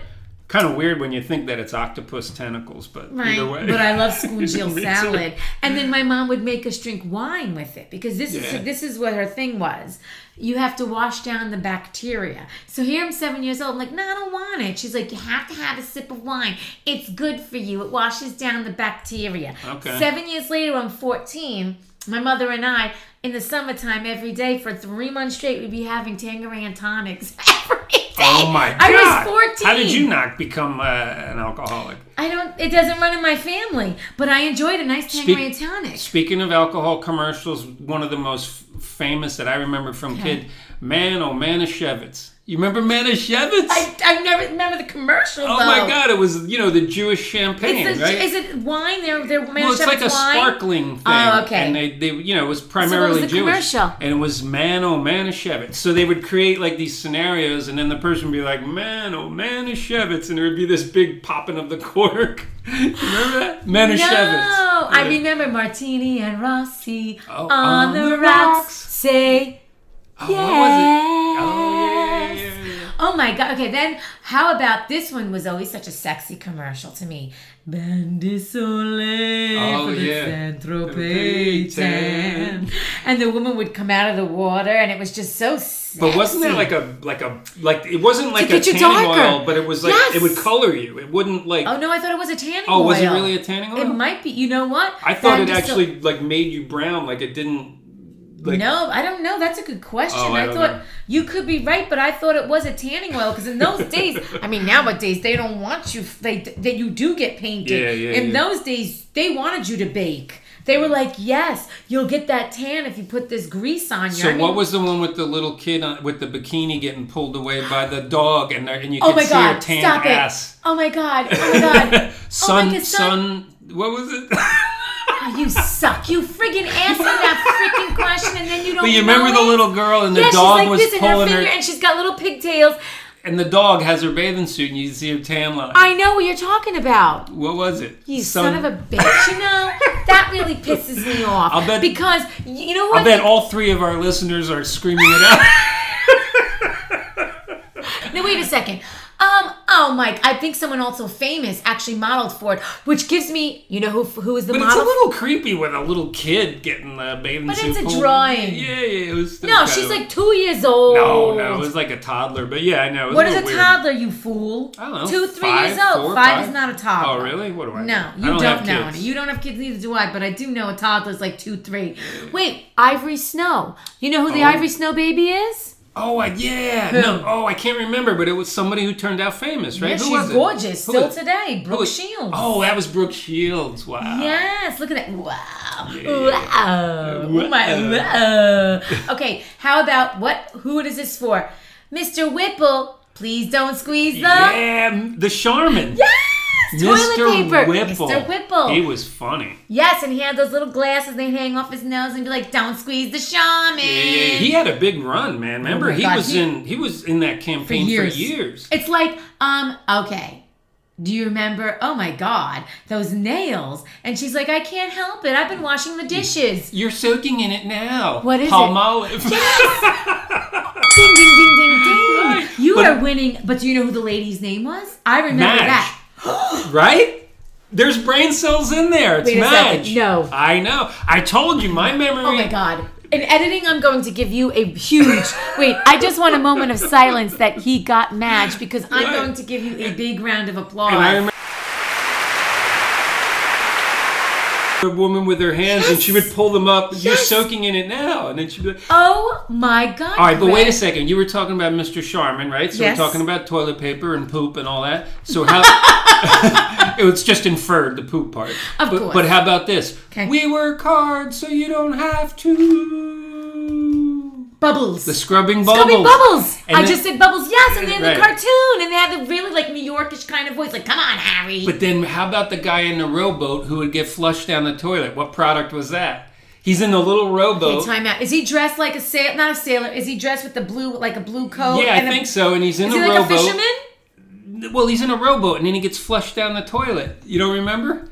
Kind of weird when you think that it's octopus tentacles, but
right,
either way.
but I love
(laughs)
scungio
Me too.
salad. And then my mom would make us drink wine with it because this
Yeah.
is this is what her thing was. You have to wash down the bacteria. So here I'm seven years old. I'm like, no, I don't want it. She's like, you have to have a sip of wine. It's good for you. It washes down the bacteria.
Okay.
Seven years later, I'm 14. My mother and I, in the summertime, every day for three months straight, we'd be having Tangerine tonics (laughs) every day.
Oh my god!
I was 14.
How did you not become uh, an alcoholic?
I don't. It doesn't run in my family, but I enjoyed a nice Tangerine tonic.
Speaking of alcohol commercials, one of the most f- famous that I remember from kid, man, oh Manischewitz. You remember Manischewitz?
I, I never remember the commercial.
oh my god! It was you know the Jewish champagne,
It's the,
right?
Is it wine? They're they're
well, it's like a
wine.
sparkling thing.
Oh, okay.
And they, they, you know, it was primarily
the
Jewish.
commercial?
And it was man, oh Manischewitz. So they would create like these scenarios, and then the person would be like, man, oh Manischewitz, and there would be this big popping of the (laughs) cork. remember that? Manischewitz.
No, I
Yeah.
remember Martini and Rossi
Oh,
on, the, rocks. Say
Oh, what was it? Oh, yeah, yeah, yeah, yeah, yeah.
Oh my god. Okay, then how about this one was always such a sexy commercial to me. Bandi Soleil
Oh,
for the
yeah.
Saint-Tropez tan. And the woman would come out of the water and it was just so sexy.
But wasn't there like a like a like it wasn't like a
get you
tanning
darker.
oil, but it was like
Yes.
it would color you. It wouldn't like
Oh no, I thought it was a tanning
Oh,
oil.
was it really a tanning
It
oil?
might be. You know what?
I thought it
Bandi Soleil-
actually like made you brown, like it didn't like
no, I don't know. That's a good question.
Oh, I
I,
don't
thought
know.
you could be right, but I thought it was a tanning oil because in those
(laughs)
days, I mean nowadays they don't want you. They that you do get painted.
Yeah, yeah,
in
yeah.
those days, they wanted you to bake. They were like, "Yes, you'll get that tan if you put this grease on you."
So
I mean,
what was the one with the little kid on, with the bikini getting pulled away by the dog, and there, and you
Oh
could
my
see her
god!
tan
Stop
ass?
it! Oh my god! Oh
(laughs)
my god!
Sun,
God,
sun. What was it? (laughs)
Oh, you suck! You friggin' answered that freaking question, and then you don't.
but you remember
know
the
it?
little girl, and the
yeah,
dog
she's like
was
this in her
pulling
finger, and she's got little pigtails.
and the dog has her bathing suit, and you see her tan line.
I know what you're talking about.
what was it?
You son, of a bitch. You know, that really pisses
(laughs)
me off.
I'll bet-
Because, you know
I
what?
bet all three of our listeners are screaming it out.
No, wait a second. Um, oh, Mike, I think someone also famous actually modeled for it, which gives me, you know, who, who is the
But it's
model?
a little creepy with a little kid getting the bathing
But
suit.
it's a
pulled.
drawing.
Yeah, yeah, it was.
no, she's like two years old.
No, no, it was like a toddler. But yeah, I know. It was
What
a
is a
little weird.
toddler, you fool?
I don't know,
Two, three
five,
years old.
four,
five,
five?
is not a toddler.
Oh, really? What do
No,
I know?
you
I don't
don't,
have
know.
kids.
You don't have kids, neither do I. But I do know a toddler's like two, three. Wait, Ivory Snow. You know who the
Oh.
Ivory Snow baby is?
Oh, I, yeah.
Who?
No, oh, I can't remember, but it was somebody who turned out famous, right?
Yeah,
Who
she's
was it?
gorgeous
Who
still
was-
today.
who
Brooke
was-
Shields.
Oh, that was Brooke Shields. Wow.
Yes, look at that. Wow.
Yeah, yeah.
Wow. Oh my, wow. Okay, how about what who it is this for? Mr. Whipple, please don't squeeze the
Yeah, the Charmin. Yeah.
Yes, toilet paper.
Whipple.
Mr. Whipple.
He was funny.
yes, and he had those little glasses they hang off his nose and be like, don't squeeze the shaman.
He had a big run, man. Remember,
Oh my
he
God,
was
he-
in he was in that campaign for years.
years. It's like, um, okay. Do you remember? Oh my God, those nails. And she's like, I can't help it. I've been washing the dishes.
You're soaking in it now.
What is it?
Palmolive.
Ding, ding, ding, ding, ding.
Right.
You
But-
are winning. But do you know who the lady's name was? I remember
Madge.
that.
(laughs) right? There's brain cells in there. It's
Wait a second.
Madge.
No.
I know. I told you my memory.
Oh my God. In editing, I'm going to give you a huge. wait, I just want a moment of silence that he got Madge because I'm
Right.
going to give you a big round of applause.
And I remember a woman with her hands, and she would pull them up. You're
Yes.
soaking in it now, and then she'd be like.
oh my God.
All right, but wait a
Greg.
second. You were talking about Mr. Charmin, right? So
Yes.
we're talking about toilet paper and poop and all that. So
(laughs)
how? it was just inferred the poop part.
Of
but,
course.
But how about this?
'Kay.
We work hard so you don't have to.
Bubbles.
The scrubbing bubbles.
Scrubbing bubbles.
And
I
then-
just said bubbles. Yes, and they had the
Right.
cartoon, and they had the really like New Yorkish kind of voice, like "Come on, Harry."
But then, how about the guy in the rowboat who would get flushed down the toilet? What product was that? He's in the little rowboat.
okay, time out. Is he dressed like a sailor? Not a sailor. Is he dressed with the blue, like a blue coat?
yeah, I
and a-
think so. And he's in
Is
a
he like a
rowboat.
fisherman?
Well, he's in a rowboat, and then he gets flushed down the toilet. You don't remember?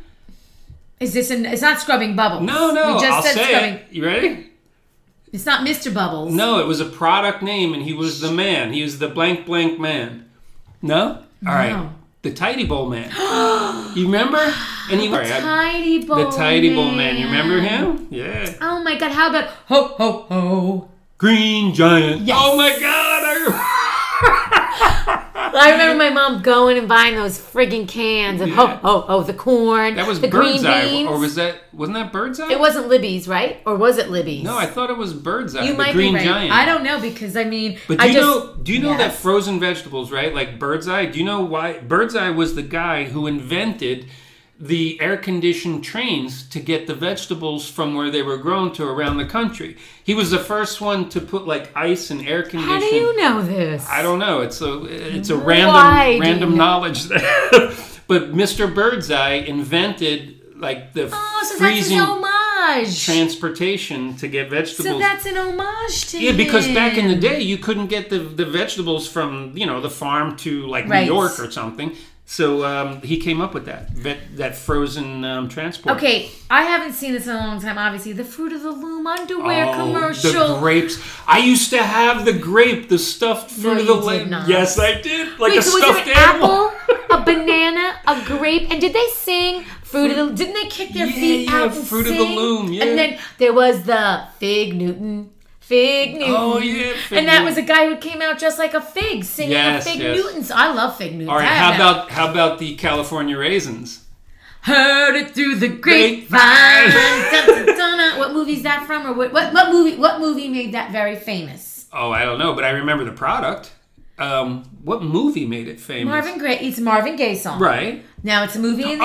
Is this an? It's not scrubbing bubbles.
No, no.
We just
I'll
said
say
scrubbing.
it. You ready?
It's not Mr. Bubbles.
No, it was a product name, and he was the man. He was the blank blank man. No. All right.
No.
The tidy
(gasps)
bowl man. you remember? And he Sorry, I-
Tidy bowl.
the tidy bowl man. You remember him? Yeah.
Oh my God! How about ho ho ho?
Green giant.
Yes.
Oh my god!
(laughs)
I...
I remember my mom going and buying those friggin' cans of
Yeah.
ho ho ho, the corn,
That was
the green
bird's eye,
beans.
or was that wasn't that bird's eye?
It wasn't Libby's, right? Or was it Libby's?
No, I thought it was bird's eye.
You
the
might
green
be right.
giant.
I don't know because I mean,
But do
I
you
just,
know? Do you know that
Yes.
frozen vegetables, right? Like bird's eye. Do you know why bird's eye was the guy who invented the air-conditioned trains to get the vegetables from where they were grown to around the country? He was the first one to put like ice and air conditioning.
How do you know this?
I don't know. It's a it's a random
Why do
random
you-
knowledge there. (laughs) but Mr. Birdseye invented like the
Oh, so that's
freezing
an homage.
transportation to get vegetables.
so that's an homage to
yeah, because back in the
him.
day you couldn't get the the vegetables from you know the farm to like
Right.
New York or something. So um, he came up with that that, that frozen um, transport.
Okay, I haven't seen this in a long time. Obviously, the fruit of the loom underwear
Oh,
commercial.
The grapes. I used to have the grape, the stuffed fruit
No,
of the
you did
land.
not.
Yes, I did. Like
Wait,
a
so was
stuffed
it an
animal.
apple, a banana, a grape, and did they sing fruit of the? Didn't they kick their
Yeah,
feet
yeah,
out and
Fruit of the
sing?
Loom, yeah.
And then there was the Fig Newton. Fig Newton.
Oh, yeah, Fig
and that
Newton.
was a guy who came out dressed like a fig, singing
Yes,
a Fig
yes.
Newtons. I love Fig Newtons.
All right,
I
how
have that.
about how about the California raisins?
Heard it through the grapevine.
Grapevine.
dun, dun, dun, dun. What movie's that from, or what, what? What movie? What movie made that very famous?
Oh, I don't know, but I remember the product. Um, what movie made it famous?
Marvin Gaye. It's a Marvin Gaye song.
Right.
Now it's a movie in the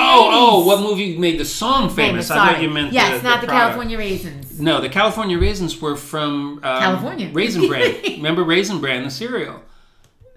80s.
Oh, oh, what movie made the song famous? I thought
sorry.
you meant
yes,
the,
not the,
product.
California raisins.
No, the California raisins were from um,
California. (laughs)
Raisin Bran. Remember Raisin Bran, the cereal?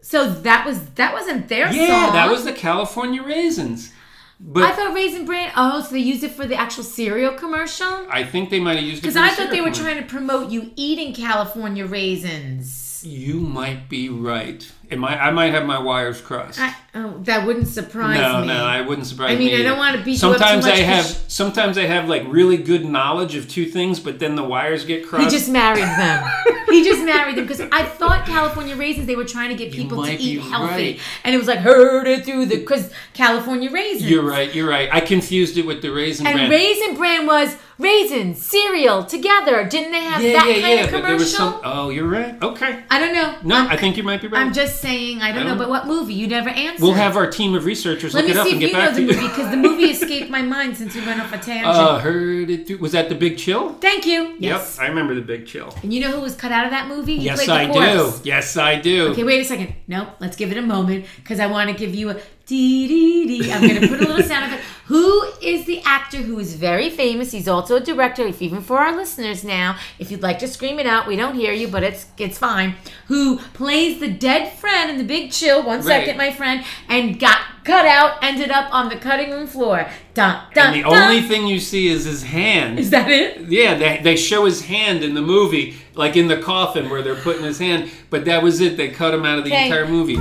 So that was that wasn't their
Yeah,
song.
that was the California raisins. But
I thought Raisin Bran. Oh, so they used it for the actual cereal commercial.
I think they might have used it
Because
for the
I thought they
cereal
were
commercial.
trying to promote you eating California raisins.
You might be right. Am I? I might have my wires crossed.
I, oh, that wouldn't surprise
No,
me.
no, I wouldn't surprise.
I mean,
me
I don't
either.
wanna beat you up
Sometimes
too much
I
'cause
have. Sometimes I have like really good knowledge of two things, but then the wires get crossed.
He just married
(laughs)
them. he just married them because I thought California raisins. They were trying to get people to
might be
eat healthy,
right.
and it was like heard it through the because California raisins.
you're right. You're right. I confused it with the raisin
And
brand.
Raisin Bran was raisins, cereal together. Didn't they have
yeah,
that
yeah,
kind
yeah.
of
but
commercial?
there was some. Oh, you're right. Okay.
I don't know.
No,
I'm,
i think you might be right.
I'm just saying I don't know.
don't-
But what movie? You never answered.
we'll have our team of researchers
Let
look
me
it up
see
and
if
get
you know
back
the
to
movie
you. (laughs)
because the movie is (laughs) escaped my mind since we went off a tangent.
Uh, heard it. Through, was that the Big Chill?
Thank you. Yes.
Yep, I remember the Big Chill.
And you know who was cut out of that movie? He
Yes,
played the
I do.
corpse.
Yes, I do.
Okay, wait a second. No, let's give it a moment because I want to give you a dee dee dee. I'm going to put a little sound effect. (laughs) Who is the actor who is very famous? He's also a director. If even for our listeners now, if you'd like to scream it out, we don't hear you, but it's it's fine. Who plays the dead friend in The Big Chill? One second,
Right.
my friend, and got cut out. Ended up on the cutting room floor. Dun dun.
And the
dun.
only thing you see is his hand.
is that it?
Yeah, they, they show his hand in the movie, like in the coffin where they're putting his hand. But that was it. They cut him out of the
Okay.
entire movie.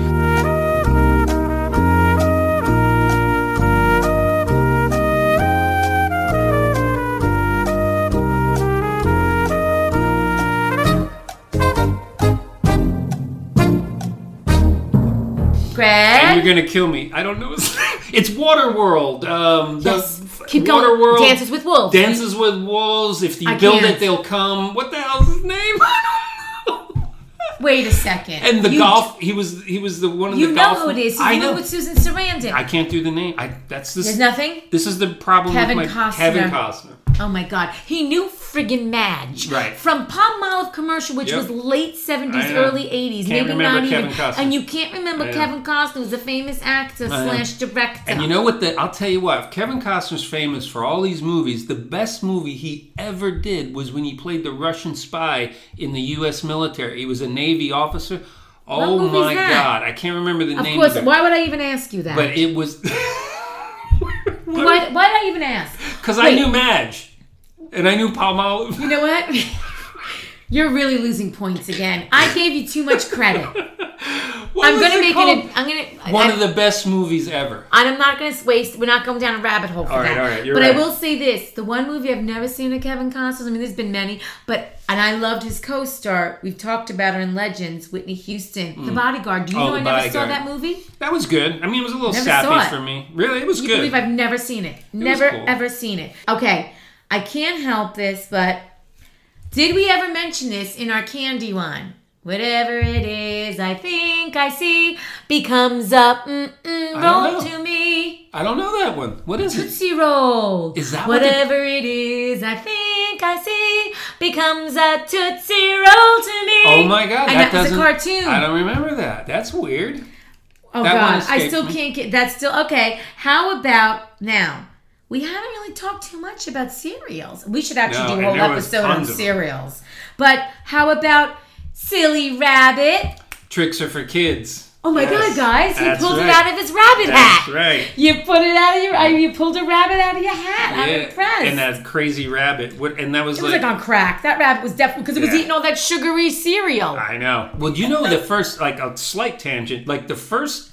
Greg.
And you're gonna kill me. I don't know. His (laughs) name. It's Waterworld. Um, the
Yes.
f-
Keep going.
Waterworld.
Dances with Wolves.
Dances with wolves. If you
I
build
can't.
it, they'll come. What the hell's his name? (laughs) I don't know.
Wait a second.
And the
You-
golf. He was. He was the one of
You
the
know
golf.
who it is.
I
You know
know.
with Susan Sarandon.
I can't do the name. I. That's this.
There's nothing.
This is the problem
Kevin
with my
Costner.
Kevin Costner.
Oh my God. He knew friggin' Madge.
Right.
From Palm Olive commercial, which
Yep.
was late 70s,
I know.
early 80s,
Can't
maybe
remember
not even.
Kevin Costner.
And you can't remember
I know.
Kevin Costner, who's a famous actor
know.
slash director.
And you know what? The I'll tell you what. If Kevin Costner's famous for all these movies. The best movie he ever did was when he played the Russian spy in the U.S. military. He was a Navy officer. Oh
movie's
my
that?
God! I can't remember the
of
name.
course,
of it,
why would I even ask you that?
But it (laughs) was
why, why did I even ask?
because I
Wait.
knew Madge, and I knew Palm Olive.
You know what? (laughs) You're really losing points again. I gave you too much
(laughs)
credit.
(laughs) What
I'm
was
gonna
it
make
called?
it. A, I'm gonna.
one
I-
of the best movies ever.
And I'm not going to waste. We're not going down a rabbit hole for
All right,
that.
all right, you're
but
right.
I will say this: the one movie I've never seen of Kevin Costner's. I mean, there's been many, but and I loved his co-star. We've talked about her in Legends, Whitney Houston, The Bodyguard. Do you
Oh,
know
The
I never saw
Bodyguard.
that movie?
That was good. I mean, it was a little
Never saw it.
sappy for me. Really, it was
You
good.
believe I've never seen it?
was
Never
cool.
ever seen it. Okay, I can't help this, but did we ever mention this in our candy line? Whatever it is, I think I see becomes a mm-mm
don't
roll
know.
to me.
I don't know that one. What is
(laughs)
it?
Tootsie Roll.
Is that what
whatever it is? I think I see becomes a Tootsie Roll to me.
Oh my God!
And that,
that
was a
doesn't-
cartoon.
I don't remember that. That's weird.
oh
that one
God, I
escaped
still
me.
can't get. That's still okay. How about now? We haven't really talked too much about cereals. We should actually
No,
do a
and
whole
there was
episode on
tons of them.
cereals. But how about Silly Rabbit?
Tricks are for kids.
Oh my God,
Yes,
guys! He
that's
pulled it
right.
out of his rabbit
That's
hat.
right.
You put it out of your. I- You pulled a rabbit out of your hat. I'm
Yeah,
impressed.
And uh, that crazy rabbit. What? And that was
It was
like.
like on crack. That rabbit was definitely because it was
Yeah. Ah,
eating all that sugary cereal.
I know. Well, you know the first like a slight tangent, like the first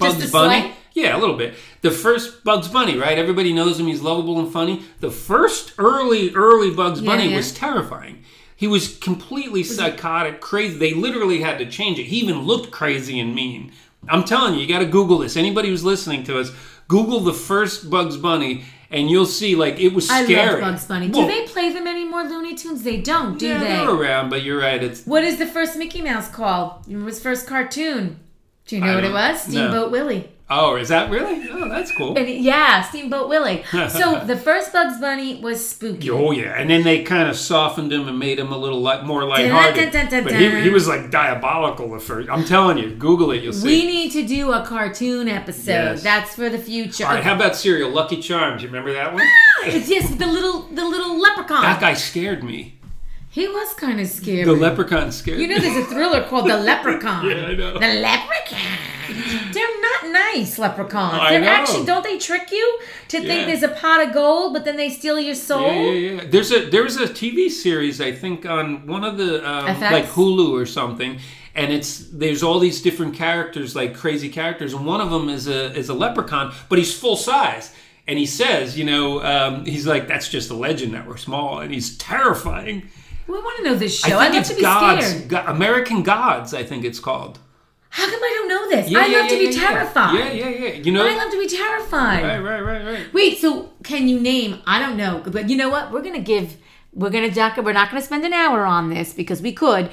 Just
Bugs
a
Bunny.
slight?
Yeah, a little bit. The first Bugs Bunny, right? Everybody knows him. He's lovable and funny. The first early, early Bugs Bunny
yeah.
was terrifying. He was completely psychotic, crazy. They literally had to change it. He even looked crazy and mean. I'm telling you, you got to Google this. Anybody who's listening to us, Google the first Bugs Bunny, and you'll see. Like it was
I love
scary.
Bugs Bunny.
Well,
do they play them anymore, Looney Tunes? They don't, do
yeah,
they?
are around, but you're right. It's
What is the first Mickey Mouse called? It was first cartoon. Do you know
I
what it
don't-
was?
no.
Steamboat Willie.
oh, is that really? Oh, that's cool.
And yeah, Steamboat Willie.
(laughs)
so the first Bugs Bunny was spooky.
Oh yeah, and then they kind of softened him and made him a little li- more lighthearted. But he, he was like diabolical at first. I'm telling you, Google it, you'll
We
see.
need to do a cartoon episode.
Yes.
That's for the future.
All right, how about cereal? Lucky Charms. You remember that one?
it's yes, the little the little leprechaun.
That guy scared me.
he was kind of scary.
The leprechaun scared
You know,
me.
there's a thriller called The Leprechaun.
(laughs) Yeah, I know.
The Leprechaun. They're not nice, leprechauns.
I
They're
know.
actually, don't they trick you to think
Yeah.
there's a pot of gold, but then they steal your soul?
Yeah, yeah, yeah. There's a there was a TV series I think on one of the um,
FX?
like Hulu or something, and it's there's all these different characters like crazy characters, and one of them is a is a leprechaun, but he's full size. And he says, you know, um, he's like, that's just a legend that we're small, and he's terrifying.
We want to know this show.
I
I'd
think
love to
it's
be
Gods,
scared.
Go- American Gods. I think it's called.
How come I don't know this?
Yeah,
I
yeah,
love to
yeah,
be
yeah, yeah.
terrified.
Yeah, yeah, yeah. You know,
I love to be terrified.
right, right, right, right.
Wait, so can you name? I don't know, but you know what? We're gonna give. We're gonna duck. We're not gonna spend an hour on this because we could.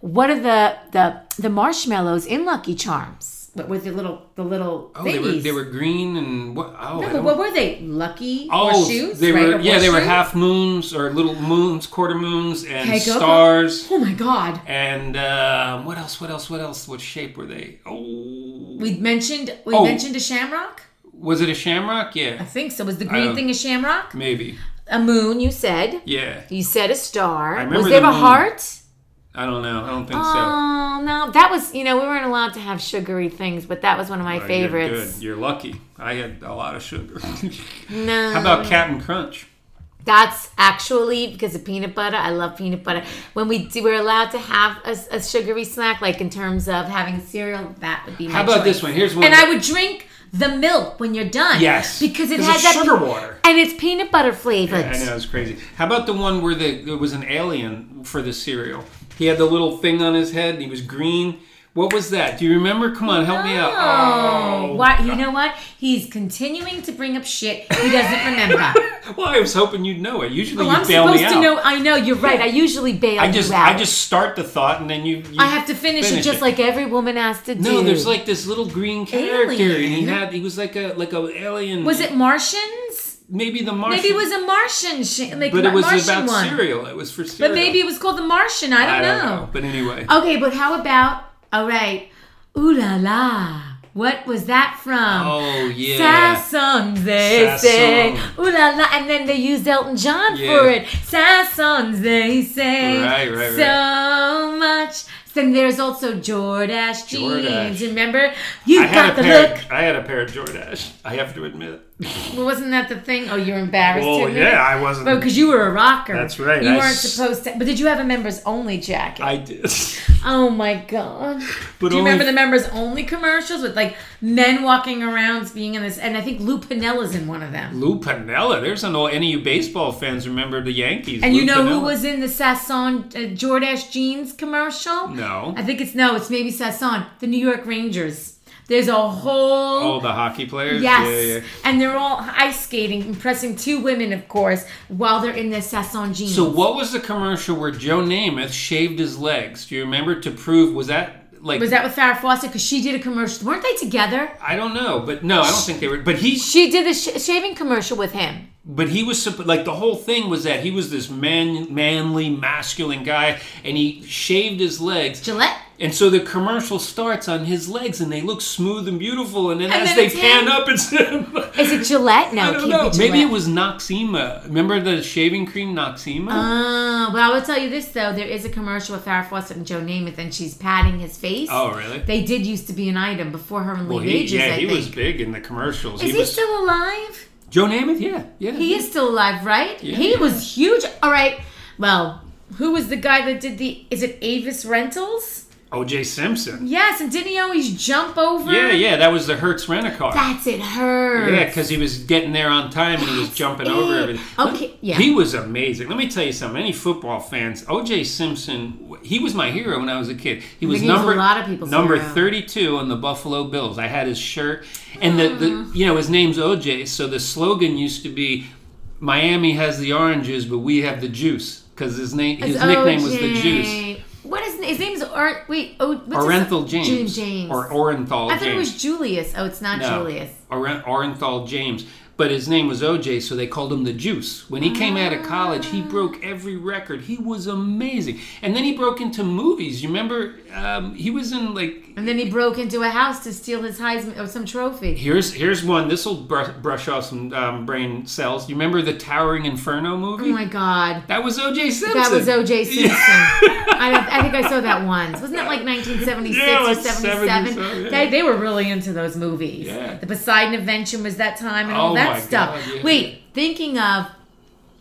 What are the the the marshmallows in Lucky Charms? but with the little the little
Oh, they
thingies.
were, they were green and what? Oh, I
No, but
don't-
what were they? Lucky
oh,
horseshoes,
they
right?
were
Or
yeah, they were
horseshoe?
half moons or little moons, quarter moons, and
Okay, go, go.
stars.
Oh my god!
And um, what else? What else? What else? What shape were they? Oh,
We mentioned we
Oh.
mentioned a shamrock.
was it a shamrock?
I
Yeah,
think so. Was the
I
green
don't-
thing a shamrock?
maybe.
A moon, you said.
Yeah,
You said a star.
remember
was there
the
a
moon.
heart?
I don't know. I don't think so.
Oh no, that was you know we weren't allowed to have sugary things, but that was one of my
But You're,
favorites.
good. you're lucky. I had a lot of sugar. (laughs) How
No,
about Captain Crunch?
that's actually because of peanut butter. I love peanut butter. When we do, we're allowed to have a, a sugary snack, like in terms of having cereal, that would be. My
How about
choice.
this one? Here's one.
And I would drink the milk when you're done.
Yes,
because it
'cause
had
it's
that
sugar water.
and it's peanut butter flavored.
I know it's crazy. How about the one where the there was an alien for the cereal? He had the little thing on his head. And he was green. What was that? Do you remember? Come on, help me out. Oh,
Why? You know what? He's continuing to bring up shit he doesn't
(laughs)
remember.
Well, I was hoping you'd know it. Usually,
well,
you
I'm
bail
supposed
me
to
out.
know. I know you're right. I usually bail
I just,
you out.
I just start the thought, and then you. you
I have to finish, it just like every woman has to do.
No, there's like this little green character, and he
Alien?
had he was like a like a alien.
Was it Martians?
maybe the Martian?
Maybe it was a Martian, sh- like
but it
Mar-
was
Martian
about
one.
cereal. It was for
But
cereal.
maybe it was called the Martian. I don't, Um,
I don't know. But anyway,
Okay, but how about all right? Ooh la la! What was that from?
oh yeah.
Sassons, they say.
Sassons.
Ooh la la. And then they used Elton John for
Yeah.
it. Sassons, they say.
Right, right, right.
So much. Then there's also Jordache jeans.
Jordache.
Remember? You
I had
got
a
the
pair.
look.
I had a pair of Jordache. I have to admit.
Well, wasn't that the thing? Oh, you're embarrassed.
Well,
to admit it?
yeah, I wasn't.
But because you were a rocker.
That's right,
You
I
weren't
s-
supposed to. But did you have a members only jacket?
I (laughs) did.
oh my god.
But
Do you
only-
remember the members only commercials with like men walking around being in this? And I think Lou Pinella's in one of them.
Lou Pinella? There's an old. Any of you baseball fans remember the Yankees?
And you
Lou
know who
Piniella.
was in the Sasson uh, Jordache jeans commercial?
No.
I think it's no, it's maybe Sasson, the New York Rangers. There's a whole
Oh, the hockey players.
yes,
Yeah, yeah.
and they're all ice skating, impressing two women, of course, while they're in their Sasson jeans.
So what was the commercial where Joe Namath shaved his legs? Do you remember to prove was that like
was that with Farrah Fawcett? Because she did a commercial. Weren't they together?
I don't know, but no, I don't think they were. But he,
She did a sh- shaving commercial with him.
but he was supp- like the whole thing was that he was this man, manly, masculine guy, and he shaved his legs.
Gillette.
And so the commercial starts on his legs, and they look smooth and beautiful. And then
And
as
then
they
it's
pan
him.
up, it's (laughs) him.
Is it Gillette? No,
I
it
don't
can't
know.
be
Maybe it
Gillette.
was Noxema. Remember the shaving cream Noxema?
Uh, well, I will tell you this though: there is a commercial with Farrah Fawcett and Joe Namath, and she's patting his face.
oh, really?
They did used to be an item before her and Lee
Well, he,
Majors,
yeah,
I
he
think.
was big in the commercials.
is he,
was
still alive?
Joe Namath. Yeah, yeah.
He is still alive, right? He
Yeah.
was huge. All right. Well, who was the guy that did the? Is it Avis Rentals?
O.J. Simpson.
Yes, and didn't he always jump over?
Yeah, yeah. That was the Hertz rent a car.
That's it. Her.
Yeah, because he was getting there on time and he was jumping over
it.
everything.
Okay, yeah.
He was amazing. Let me tell you something. Any football fans, O.J. Simpson, he was my hero when I was a kid. He was
think he was a
number
lot of people's
number
hero.
32 on the Buffalo Bills. I had his shirt, and the, the
Mm.
you know his name's O.J. So the slogan used to be, "Miami has the oranges, but we have the juice." Because his name, his nickname was the Juice.
OJ. What is his name's? Or wait, oh, what's his-
Orenthal James,
June James.
or Orenthal
I thought
James.
it was Julius. Oh, it's not
No,
Julius.
Oren- Orenthal James. But his name was OJ, so they called him the Juice. When he came out of college, he broke
Ah.
every record. He was amazing. And then he broke into movies. You remember? Um, he was in like
And then he broke into a house to steal his Heisman or some trophy.
here's here's one. This will br- brush off some um, brain cells. You remember the Towering Inferno
Oh
movie?
my God.
that was OJ Simpson.
That was O.J. Simpson. I, don't- I think I saw that once. Wasn't that like 1976
Yeah,
or
like
77?
77, yeah.
they, they were really into those movies.
Yeah.
The Poseidon Adventure was that time and all
Oh
that
my
stuff.
God, yeah.
Wait, thinking of,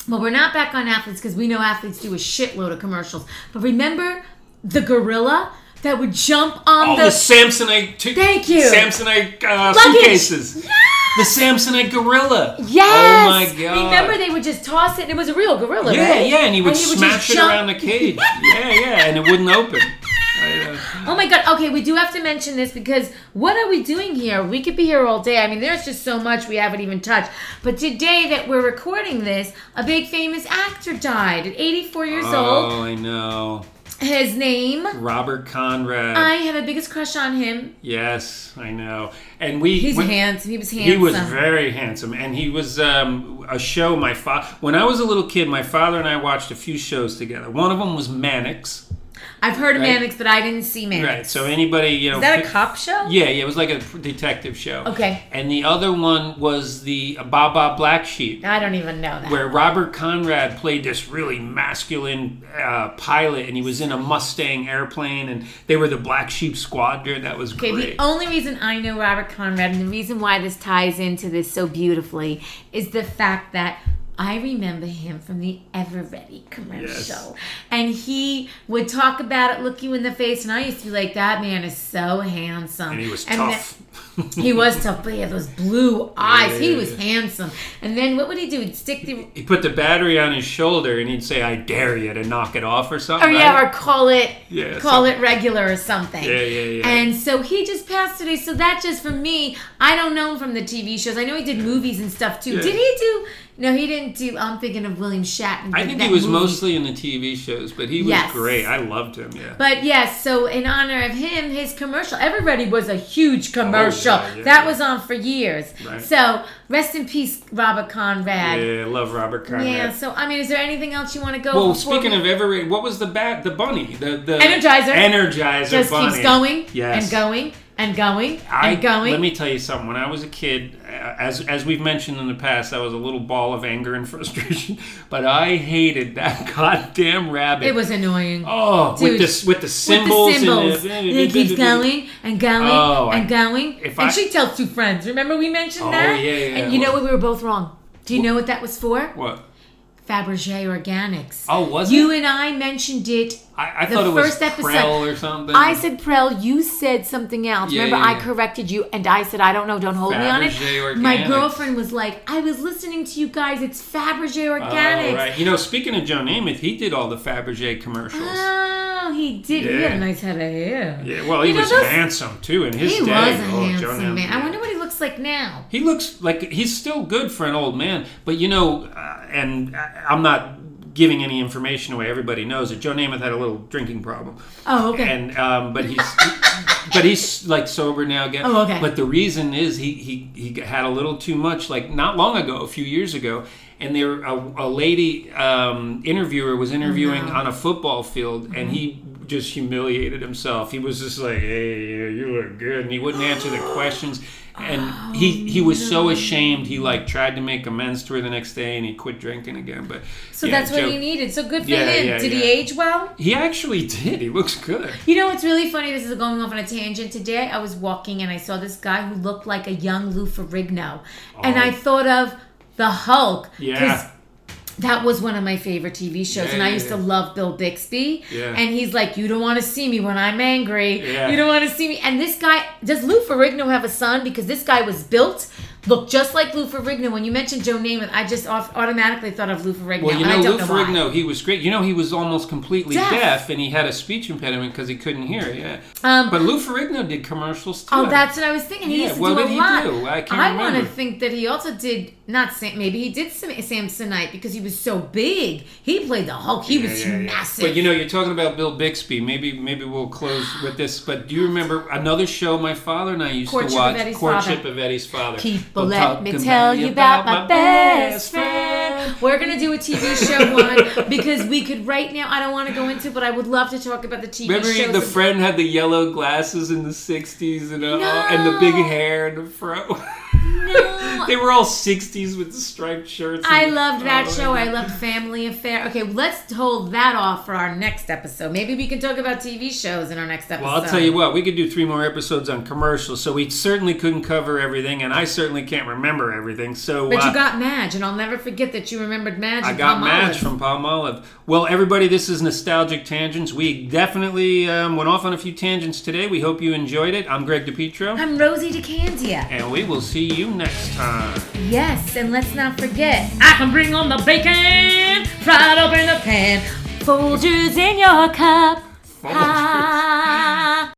well, we're not back on athletes because we know athletes do a shitload of commercials. But remember the gorilla that would jump on
All Oh, the, Samsonite. T-
Thank you.
Samsonite uh,
Luggage.
suitcases. The Samsonite gorilla.
Yes.
Oh my god.
Remember, they would just toss it. and It was a real gorilla,
Yeah,
right?
yeah, and he would
just
smash it
jump.
around
(laughs)
the cage. yeah, yeah, and it wouldn't open. I, uh,
Oh my god. Okay, we do have to mention this because what are we doing here? We could be here all day. I mean, there's just so much we haven't even touched. But today that we're
Uh.
recording this, a big famous actor died at 84 years old,
oh, I know.
His name.
Robert Conrad.
I have a biggest crush on him.
yes, I know. And we
He's
when-
handsome. He was handsome.
He was very handsome, and he was um, a show. My father, when I was a little kid, my father and I watched a few shows together. One of them was Mannix,
I've heard of
Right.
Mannix, but I didn't see Mannix.
right? So anybody, you know,
Is that a
fi-
cop show?
Yeah, yeah, it was like a detective show.
Okay.
And the other one was the Baba Black Sheep.
I don't even know that.
where Robert Conrad played this really masculine uh, pilot, and he was in a Mustang airplane, and they were the Black Sheep Squadron. That was
Okay,
great.
the only reason I know Robert Conrad and the reason why this ties into this so beautifully is the fact that I remember him from the Ever Ready commercial.
Yes.
And he would talk about it, look you in the face, and I used to be like, that man is so handsome.
and he was
And
tough.
the- he was tough, but he had those blue eyes. he
yeah,
was
yeah.
handsome. And then what would he do? He'd stick the
(laughs) he put the battery on his shoulder, and he'd say, "I dare you to knock it off" or
or
something.
Oh, yeah,
right?
or call it
Yeah,
call
something.
it regular or something.
Yeah, yeah, yeah.
And so he just passed today. So that just for me, I don't know him from the TV shows. I know he did movies and stuff too.
Yeah.
Did he do? No, he didn't do. I'm thinking of William Shatner.
I think he
that
was
movie.
mostly in the TV shows, but he was
Yes.
great. I loved him. Yeah.
But yes, so in honor of him, his commercial, Everybody was a huge commercial.
Oh, yeah, yeah,
that
yeah.
was on for years.
Right.
So rest in peace, Robert Conrad.
yeah, I love Robert Conrad.
uh, so I mean, is there anything else you want to go?
Well,
before
speaking
we-
of every, what was the bat? The bunny, the the
Energizer.
Energizer
just
bunny
keeps going
Yes.
and going and going
I,
and going.
Let me tell you something. When I was a kid, uh, as as we've mentioned in the past, I was a little ball of anger and (laughs) frustration. But I hated that (laughs) goddamn rabbit.
it was annoying.
oh,
Dude,
with this with the symbols.
With the
(laughs)
symbols.
And
And it keeps going and going
Oh, I-
and going.
if I-
and she tells two friends. Remember we mentioned
Oh,
that?
yeah, yeah.
And you know what? We were both wrong. Do you know what that was for?
What?
Fabergé Organics.
Oh, was
You
it?
and I mentioned it.
I, I
the
thought it was
first episode-
Krell or something.
I said Prel, you said something else.
Yeah,
Remember,
yeah,
I
yeah.
corrected you, and I said, I don't know, don't hold me on
Fabergé
it. My
Organics.
girlfriend was like, I was listening to you guys, it's Fabergé
Oh,
Organics.
right. You know, speaking of Joe Namath, he did all the Fabergé commercials.
Oh, he did. He had a
Yeah.
nice head of hair.
yeah, well, he
You know,
was
those-
handsome too in his
He
day.
was a
Oh, Joe
handsome
Namath,
man. I
yeah.
wonder what he looks like now.
He looks like he's still good for an old man, but you know, uh, and I- I'm not giving any information away. Everybody knows that Joe Namath had a little drinking problem,
Oh, okay.
and um, but he's but he's like sober now again.
Oh, okay.
But the reason is he he he had a little too much like not long ago, a few years ago. And there, a, a lady um, interviewer was
Oh,
interviewing on a football field,
Mm-hmm.
and he just humiliated himself. He was just like, "Hey, you you look good," and he wouldn't answer the questions. And he
Oh,
he was so ashamed. He like tried to make amends to her the next day, and he quit drinking again. But
so
yeah,
that's what
Joe-
he needed. So good for
Yeah,
him.
yeah,
did he
yeah.
age well?
He actually did. He looks good.
You know what's really funny? This is going off on a tangent. Today I was walking and I saw this guy who looked like a young Lou Ferrigno. And
Oh.
I thought of the Hulk. 'cause
Yeah.
That was one of my favorite TV shows,
Yeah,
and I
yeah,
used to
yeah.
love Bill Bixby.
Yeah.
And he's like, "You don't want to see me when I'm angry.
Yeah.
You don't want to see me." And this guy, does Lou Ferrigno have a son? Because this guy was built, looked just like Lou Ferrigno. When you mentioned Joe Namath, I just off- automatically thought of Lou Ferrigno.
Well, you
and I
know, Lou
don't know why.
Ferrigno, he was great. You know, he was almost completely
Deaf.
deaf, and he had a speech impediment because he couldn't hear. Yeah.
Um,
but Lou Ferrigno did commercials too.
Oh, that's what I was thinking. He
Yeah,
used to
what
do a
did he
lot.
do? I
want
can't
to
remember.
think that he also did not Sam, maybe he did Sam, Samsonite because he was so big. He played the Hulk. He was massive.
But you know, you're talking about Bill Bixby. Maybe, maybe we'll close with this. But do you remember another show my father and I used
Courtship
to
of
watch?
Eddie's
Courtship
Father.
of Eddie's Father.
People,
We'll
let
talk
me tell you about my best friend.
friend.
We're gonna do a TV
(laughs)
show one because we could right now. I don't want to go into, but I would love to talk about the TV
Remember
shows.
the friend had the yellow glasses in the '60s and uh, and the big
No.
hair and the fro. (laughs)
No.
they were all '60s with the striped shirts. (laughs) and
I
the-
loved that
Oh,
show. I loved Family Affair. Okay, let's hold that off for our next episode. Maybe we can talk about TV shows in our next episode.
Well, I'll tell you what, we could do three more episodes on commercials, so we certainly couldn't cover everything, and I certainly can't remember everything. So
But
uh,
you got Madge, and I'll never forget that you remembered Madge.
I
and
got
Palm
Madge
Olive.
from Palm Olive. Well, everybody, this is Nostalgic Tangents. We definitely um, went off on a few tangents today. We hope you enjoyed it. I'm Greg DePietro,
I'm Rosie DeCandia.
and we will see you next time.
Yes, and let's not forget, I can bring on the bacon, fried up in the pan, Folgers in your cup.
Folgers.
Ah.